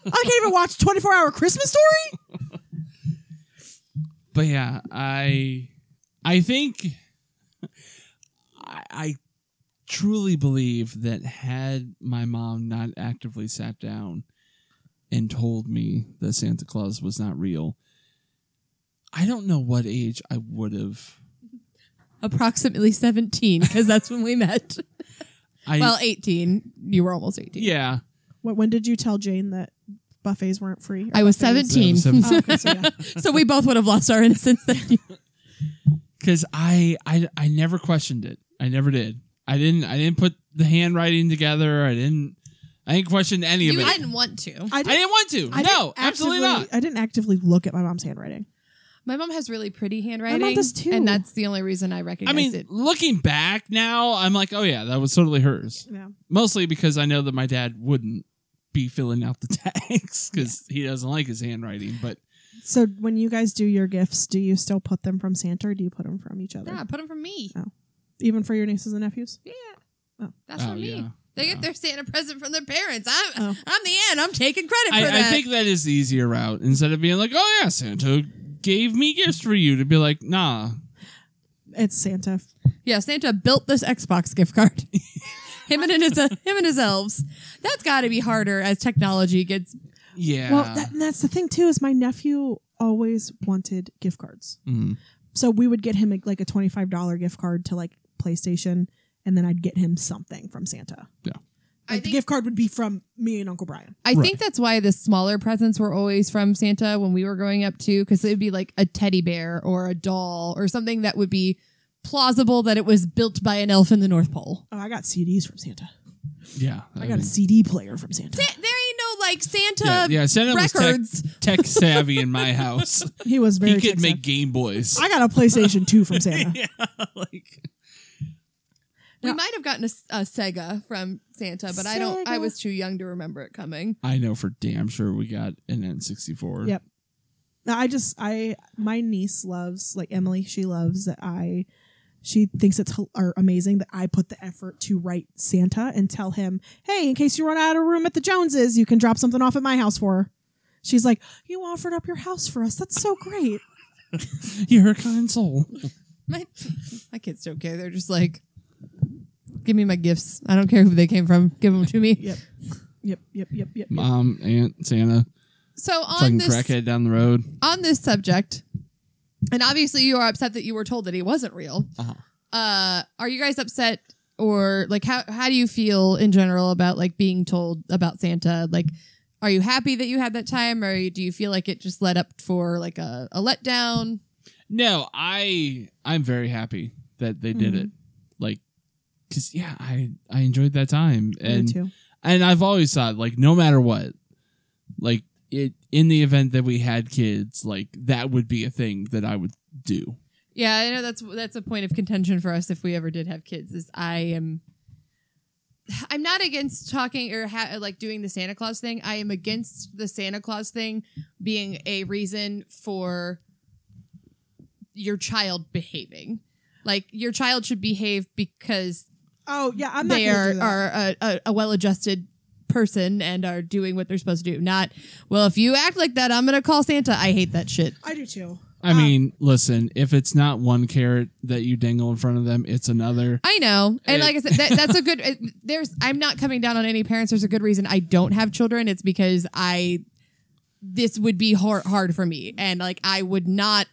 S1: I can't even watch twenty four hour Christmas Story.
S3: But yeah, I I think I, I truly believe that had my mom not actively sat down and told me that Santa Claus was not real, I don't know what age I would have.
S2: Approximately 17, because that's when we met.
S3: I
S2: well, 18. You were almost 18.
S3: yeah,
S1: What? When did you tell Jane that buffets weren't free?
S2: I was
S1: seven.
S2: 17.
S3: Seven-
S1: Oh, okay, so yeah.
S2: so we both would have lost our innocence then.
S3: because I, I I never questioned it. I never did. I didn't. I didn't put the handwriting together. I didn't. I didn't question any of it.
S2: didn't want to.
S1: I
S3: I didn't want to.
S1: I didn't
S3: no, absolutely
S1: actively-
S3: not.
S1: I didn't actively look at my mom's handwriting.
S2: My mom has really pretty handwriting.
S1: does too.
S2: And that's the only reason I
S3: I
S2: recognize
S3: mean,
S2: it.
S3: looking back now, I'm like, oh yeah, that was totally hers.
S1: Yeah.
S3: Mostly because I know that my dad wouldn't be filling out the tags because he doesn't like his handwriting. But
S1: So when you guys do your gifts, do you still put them from Santa or do you put them from each other?
S2: Yeah, put them from me.
S1: Even for your nieces and nephews?
S2: Yeah.
S1: Oh.
S2: That's
S3: Oh,
S2: from me.
S3: yeah.
S2: They
S3: Yeah.
S2: get their Santa present from their parents. I'm,
S1: Oh.
S2: I'm the aunt. I'm taking credit for
S3: I, I
S2: that.
S3: think that is the easier route instead of being like, oh yeah, Santa gave me gifts for you to be like, nah,
S1: It's Santa.
S2: yeah, Santa built this Xbox gift card. him and his uh, him and his elves. That's got to be harder as technology gets.
S3: yeah.
S1: Well, that, and that's the thing too is my nephew always wanted gift cards.
S3: Mhm.
S1: So we would get him like, like a $25 gift card to like PlayStation and then I'd get him something from Santa.
S3: Yeah.
S2: I
S1: Like the
S2: think-
S1: gift card would be from me and Uncle Brian.
S2: I
S3: Right.
S2: think that's why the smaller presents were always from Santa when we were growing up too, because it would be like a teddy bear or a doll or something that would be plausible that it was built by an elf in the North Pole.
S1: Oh, I got CDs from Santa.
S3: yeah.
S1: I got a CD player from Santa.
S2: Eh, There ain't no like Santa
S3: yeah, yeah, Santa was
S2: records.
S3: tech, tech savvy in my house.
S1: He was very
S3: he could
S1: tech-savvy.
S3: make Game Boys.
S1: I got a PlayStation 2 from Santa.
S3: yeah, like
S2: We
S1: Yeah.
S2: might have gotten a, s- a Sega from Santa, but I don't. I
S1: Sega.
S2: was too young to remember it coming.
S3: I know for damn sure we got an N64.
S1: Yep. No, I just I my niece loves like Emily. She loves that I. She thinks it's hel- or amazing that I put the effort to write Santa and tell him, "Hey, in case you run out of room at the Joneses, you can drop something off at my house for her." She's like, "You offered up your house for us. That's so great."
S3: You're a kind soul.
S2: My my kids don't care. They're just like, give me my gifts. I don't care who they came from. Give them to me.
S1: Yep. Yep. Yep. Yep. Yep. yep.
S3: Mom, Aunt, Santa,
S2: So on
S3: fucking
S2: this
S3: crackhead down the road.
S2: on this subject, and obviously you are upset that you were told that he wasn't real.
S3: Uh-huh.
S2: Uh, are you guys upset or like how how do you feel in general about like being told about Santa? Like, are you happy that you had that time, or do you feel like it just led up for like a, a letdown?
S3: No, I I'm very happy that they did it. Like, cause yeah, I I enjoyed that time,
S1: Me
S3: and
S1: too.
S3: and I've always thought like no matter what, like it in the event that we had kids, like that would be a thing that I would do.
S2: Yeah, I know that's that's a point of contention for us if we ever did have kids. Is I am, I'm not against talking or ha- like doing the Santa Claus thing. I am against the Santa Claus thing being a reason for your child behaving. Like your child should behave because
S1: Oh yeah, I'm not.
S2: they
S1: gonna
S2: are
S1: do that.
S2: are a, a, a well adjusted person and are doing what they're supposed to do. Not well, if you act like that, I'm gonna call Santa. I hate that shit.
S1: I do too.
S3: I
S1: Um,
S3: mean, listen, if it's not one carrot that you dangle in front of them, it's another.
S2: I know, and
S3: It-
S2: like I said, that, that's a good. it- There's, I'm not coming down on any parents. There's a good reason I don't have children. It's because I, this would be hard, hard for me, and like I would not.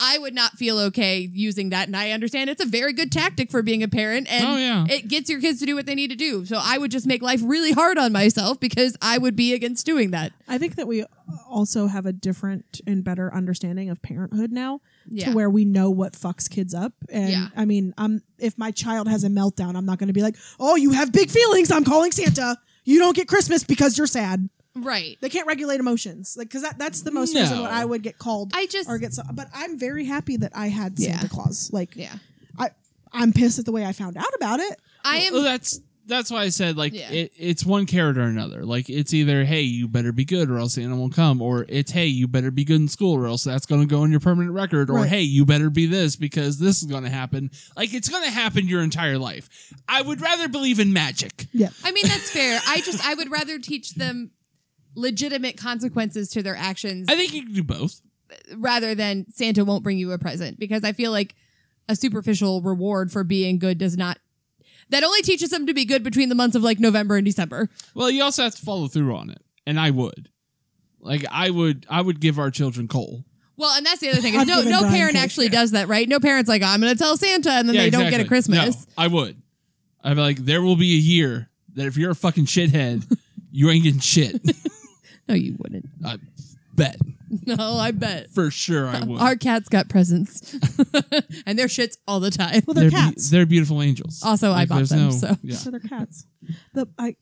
S2: I would not feel okay using that. And I understand it's a very good tactic for being a parent. And
S3: Oh, yeah.
S2: it gets your kids to do what they need to do. So I would just make life really hard on myself because I would be against doing that.
S1: I think that we also have a different and better understanding of parenthood now
S2: Yeah.
S1: to where we know what fucks kids up. And
S2: Yeah.
S1: I mean, i if my child has a meltdown, I'm not going to be like, oh, you have big feelings. I'm calling Santa. You don't get Christmas because you're sad.
S2: Right.
S1: They can't regulate emotions. Like, cause that, that's the most reason
S3: No.
S1: what I would get called
S2: I just.
S1: or get so, but I'm very happy that I had Santa
S2: Yeah.
S1: Claus. Like
S2: yeah.
S1: I'm pissed at the way I found out about it.
S2: I
S3: Well,
S2: am.
S3: that's that's why I said like
S2: Yeah.
S3: it, it's one carrot or another. Like it's either hey you better be good or else Santa won't come, or it's hey you better be good in school or else that's going to go in your permanent record, or
S1: Right.
S3: hey you better be this because this is going to happen. Like it's going to happen your entire life. I would rather believe in magic.
S1: Yeah.
S2: I mean, that's fair. I just. I would rather teach them legitimate consequences to their actions
S3: I think you can do both.
S2: rather than Santa won't bring you a present because I feel like a superficial reward for being good does not. That only teaches them to be good between the months of like November and December.
S3: Well, you also have to follow through on it, and I would. Like I would, I would give our children coal.
S2: Well, and that's the other thing is
S1: I've
S2: no
S1: given
S2: no
S1: Brian
S2: parent
S1: cake.
S2: actually does that, right? No parent's like, I'm gonna tell Santa and then
S3: Yeah,
S2: they don't get a
S3: exactly.
S2: Christmas.
S3: No, I would. I'd be like, there will be a year that if you're a fucking shithead, you ain't getting shit.
S2: No, you wouldn't.
S3: I bet
S2: No, I bet.
S3: for sure I would.
S2: Our cats got presents. and their shits all the time.
S1: Well,
S3: they're,
S1: they're,
S3: be-
S1: cats.
S3: they're beautiful angels.
S2: Also, I bought
S3: there's
S2: them, so.
S3: yeah.
S1: so they're cats. The I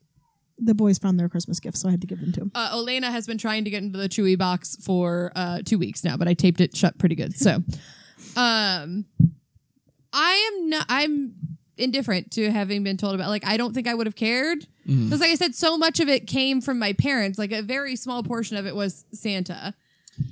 S1: the boys found their Christmas gift, so I had to give them to them.
S2: Uh, Elena has been trying to get into the Chewy box for uh, two weeks now, but I taped it shut pretty good. So, um, I am not. I'm indifferent to having been told about. Like, I don't think I would have cared
S1: Mm-hmm.
S2: because, like I said, so much of it came from my parents. Like, a very small portion of it was Santa.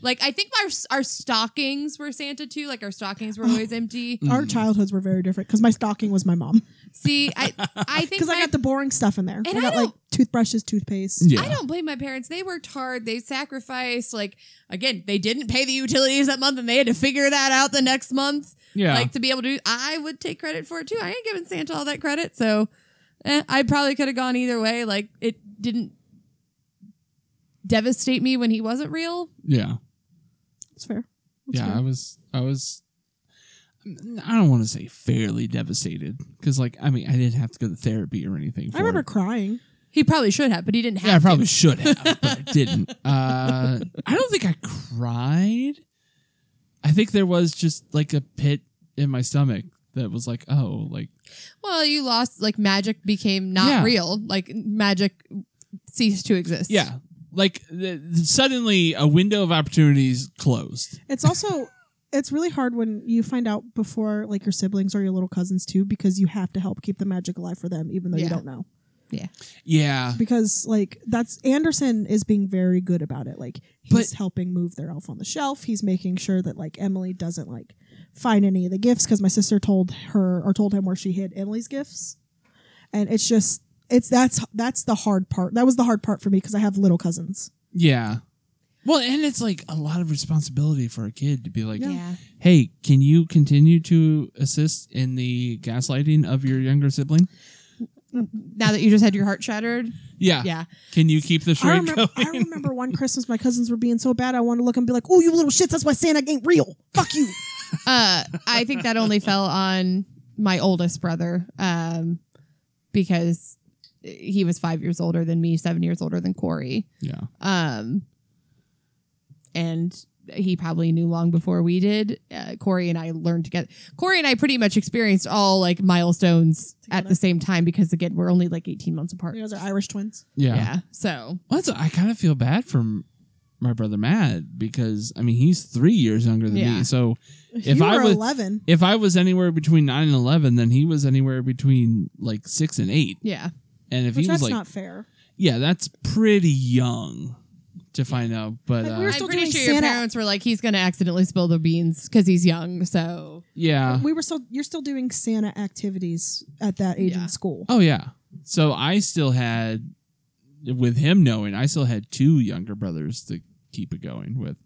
S2: Like, I think our our stockings were Santa too. Like, our stockings were always empty.
S1: Our
S3: Mm.
S1: childhoods were very different because my stocking was my mom
S2: See, I I think
S1: because I
S2: my-
S1: got the boring stuff in there.
S2: And
S1: I
S2: I
S1: got
S2: don't-
S1: like toothbrushes, toothpaste.
S3: Yeah.
S2: I don't blame my parents. They worked hard. They sacrificed. Like again, they didn't pay the utilities that month, and they had to figure that out the next month.
S3: yeah.
S2: Like to be able to. I would take credit for it too. I ain't giving Santa all that credit, so eh, I probably could have gone either way. Like it didn't devastate me when he wasn't real.
S3: yeah.
S1: It's fair. It's
S3: Yeah.
S1: fair.
S3: I was, I was, I don't want to say fairly devastated because, like, I mean, I didn't have to go to therapy or anything. For
S1: I remember
S3: it.
S1: crying.
S2: He probably should have, but he didn't have.
S3: Yeah, I
S2: to.
S3: probably should have, but I didn't. Uh, I don't think I cried. I think there was just like a pit in my stomach that was like, oh, like,
S2: Well, you lost. Like magic became not
S3: Yeah.
S2: real. Like magic ceased to exist.
S3: yeah. Like th- suddenly a window of opportunities closed.
S1: It's also it's really hard when you find out before like your siblings or your little cousins too because you have to help keep the magic alive for them even though
S2: Yeah.
S1: you don't know.
S3: Yeah.
S1: because like that's Anderson is being very good about it. Like he's helping move their elf on the shelf. He's making sure that like Emily doesn't like find any of the gifts because my sister told her or told him where she hid Emily's gifts, and it's just it's that's that's the hard part. That was the hard part for me because I have little cousins.
S3: Yeah. Well, and it's like a lot of responsibility for a kid to be like,
S2: Yeah.
S3: hey, can you continue to assist in the gaslighting of your younger sibling?
S2: Now that you just had your heart shattered.
S3: Yeah.
S2: Yeah.
S3: Can you keep the
S1: I
S3: charade
S1: remember, I
S3: going?
S1: remember one Christmas my cousins were being so bad I wanted to look and be like, "Oh, you little shits! That's why Santa ain't real. Fuck you."
S2: uh, I think that only fell on my oldest brother um, because he was five years older than me, seven years older than Corey.
S3: yeah.
S2: Um, and he probably knew long before we did. Uh, Corey and I learned together. Corey and I pretty much experienced all like milestones at the
S1: Together.
S2: same time because again, we're only like 18 months apart.
S1: You guys are Irish twins.
S3: Yeah.
S2: yeah. So
S3: Well, that's, I kind of feel bad for m- my brother Matt because I mean he's three years younger than
S2: Yeah.
S3: me. So
S1: you
S3: if
S1: were
S3: I was
S1: eleven,
S3: if I was anywhere between nine and eleven, then he was anywhere between like six and eight.
S2: yeah.
S3: And if
S1: which
S3: he was
S1: that's
S3: like,
S1: not fair.
S3: yeah, that's pretty young to find out. But
S1: Like,
S3: uh,
S1: we were
S2: I'm
S1: still
S2: pretty
S1: doing
S2: sure your
S1: Santa-
S2: parents were like, he's going to accidentally spill the beans because he's young. So
S3: yeah,
S1: we were still you're still doing Santa activities at that age
S2: Yeah.
S1: in school.
S3: oh yeah. So I still had, with him knowing, I still had two younger brothers to keep it going with.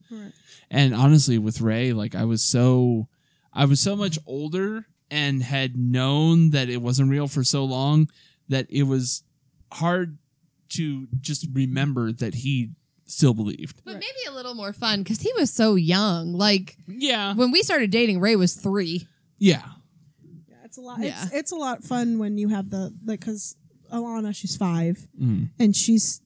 S3: And honestly, with Ray, like I was so, I was so much older and had known that it wasn't real for so long that it was hard to just remember that he still believed.
S2: But maybe a little more fun because he was so young. Like
S3: Yeah.
S2: when we started dating, Ray was three.
S3: Yeah.
S1: Yeah, it's a lot. It's,
S2: Yeah.
S1: it's a lot fun when you have the like because Alana, she's five,
S3: Mm.
S1: and she's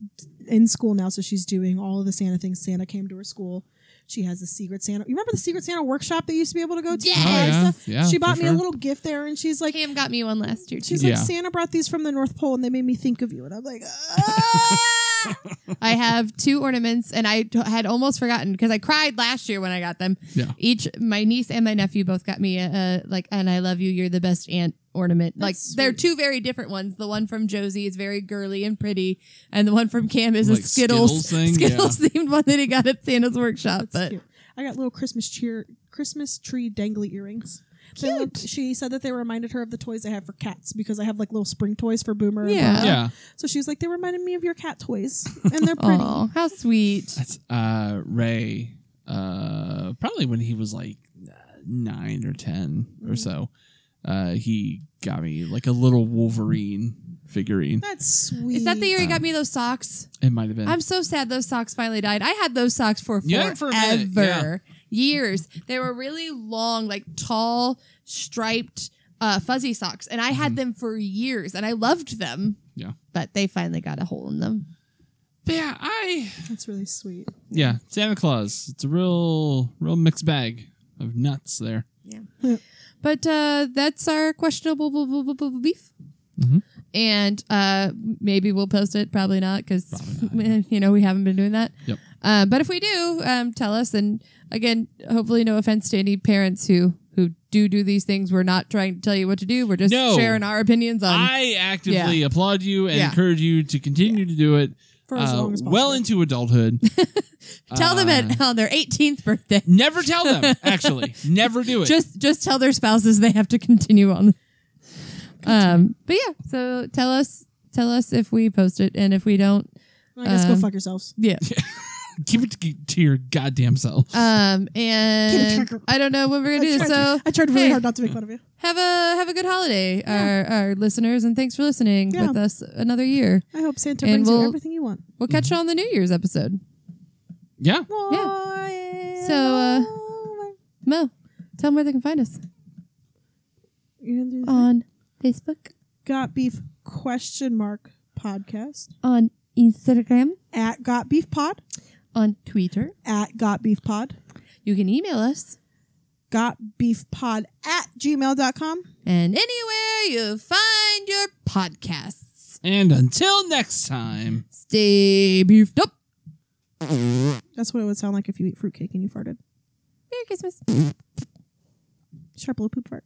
S1: in school now, so she's doing all of the Santa things. Santa came to her school. She has the Secret Santa. You remember the Secret Santa workshop that you used to be able to go to?
S2: Yes.
S1: and
S2: Oh,
S1: buy
S3: yeah.
S1: stuff?
S3: Yeah,
S1: she
S3: for
S1: bought me
S3: sure.
S1: a little gift there, and she's like,
S2: Cam got me one last year. Too.
S1: she's
S3: Yeah.
S1: like, Santa brought these from the North Pole, and they made me think of you. And I'm like, ah!
S2: I have two ornaments, and I t- had almost forgotten because I cried last year when I got them.
S3: Yeah.
S2: Each my niece and my nephew both got me a, a like, and I love you. You're the best aunt ornament. like
S1: That's
S2: they're
S1: sweet.
S2: two very different ones. The one from Josie is very girly and pretty, and the one from Cam is
S3: Like
S2: a Skittles
S3: Skittles thing?
S2: Skittles themed one that he got at Santa's workshop. but
S1: Cute. I got little Christmas cheer, Christmas tree dangly earrings. They
S2: Cute.
S1: looked- she said that they reminded her of the toys I have for cats because I have like little spring toys for Boomer. and
S2: Yeah.
S3: Yeah.
S1: So she was like, they reminded me of your cat toys, and they're pretty.
S2: oh, how sweet!
S3: That's uh Ray uh probably when he was like 9 or 10
S1: Mm-hmm.
S3: or so. Uh he got me like a little Wolverine figurine.
S1: That's sweet.
S2: Is that the year you got me those socks?
S3: It might have been
S2: I'm so sad those socks finally died. I had those socks for forever.
S3: Yeah, for a minute,
S2: Years. They were really long, like tall, striped, uh, fuzzy socks. And I had them for years and I loved them.
S3: Mm-hmm. Yeah.
S2: But they finally got a hole in them.
S3: But yeah, I
S1: That's really sweet.
S3: yeah, Santa Claus. It's a real real mixed bag of nuts there.
S2: But uh, that's our questionable bu- bu- bu- bu- bu- beef.
S3: Mhm.
S2: And uh, maybe we'll post it. Probably not because,
S3: Probably
S2: you know, we haven't been doing that.
S3: Yep.
S2: Uh, but if we do, um, tell us. And again, hopefully, no offense to any parents who who do do these things. We're not trying to tell you what to do. We're just
S3: No.
S2: sharing our opinions on.
S3: I actively applaud you and
S2: Yeah.
S3: encourage you to continue to do it
S1: For as
S3: uh,
S1: long as possible.
S3: well into adulthood.
S2: tell them
S3: Uh,
S2: at, on their 18th birthday.
S3: Never tell them. Actually, never do it.
S2: Just just tell their spouses they have to continue on. Um, but yeah, so tell us tell us if we post it, and if we don't,
S1: I guess go
S2: um,
S1: fuck yourselves.
S2: yeah.
S3: keep it to, to your goddamn self.
S2: Um,
S1: Keep
S2: and
S1: it tracker.
S2: I don't know when we're gonna do
S1: I tried,
S2: this. So
S1: I tried really
S2: hey,
S1: hard not to make fun of you.
S2: have a have a good holiday, our our listeners, and thanks for listening
S1: Yeah.
S2: with us another year.
S1: I hope Santa
S2: And
S1: brings you
S2: we'll-
S1: everything you want.
S2: We'll catch you on the New Year's episode.
S3: yeah.
S2: So, uh, Mo, tell them where they can find us
S1: You gonna do the
S2: on Facebook,
S1: got beef question mark podcast
S2: on Instagram,
S1: at got beef pod
S2: on Twitter.
S1: at got beef pod
S2: You can email us,
S1: got beef pod at gmail.com.
S2: and anywhere you find your podcasts,
S3: And until next time.
S2: stay beefed up.
S1: That's what it would sound like if you eat fruitcake and you farted.
S2: Merry Christmas.
S1: Sharp little poop fart.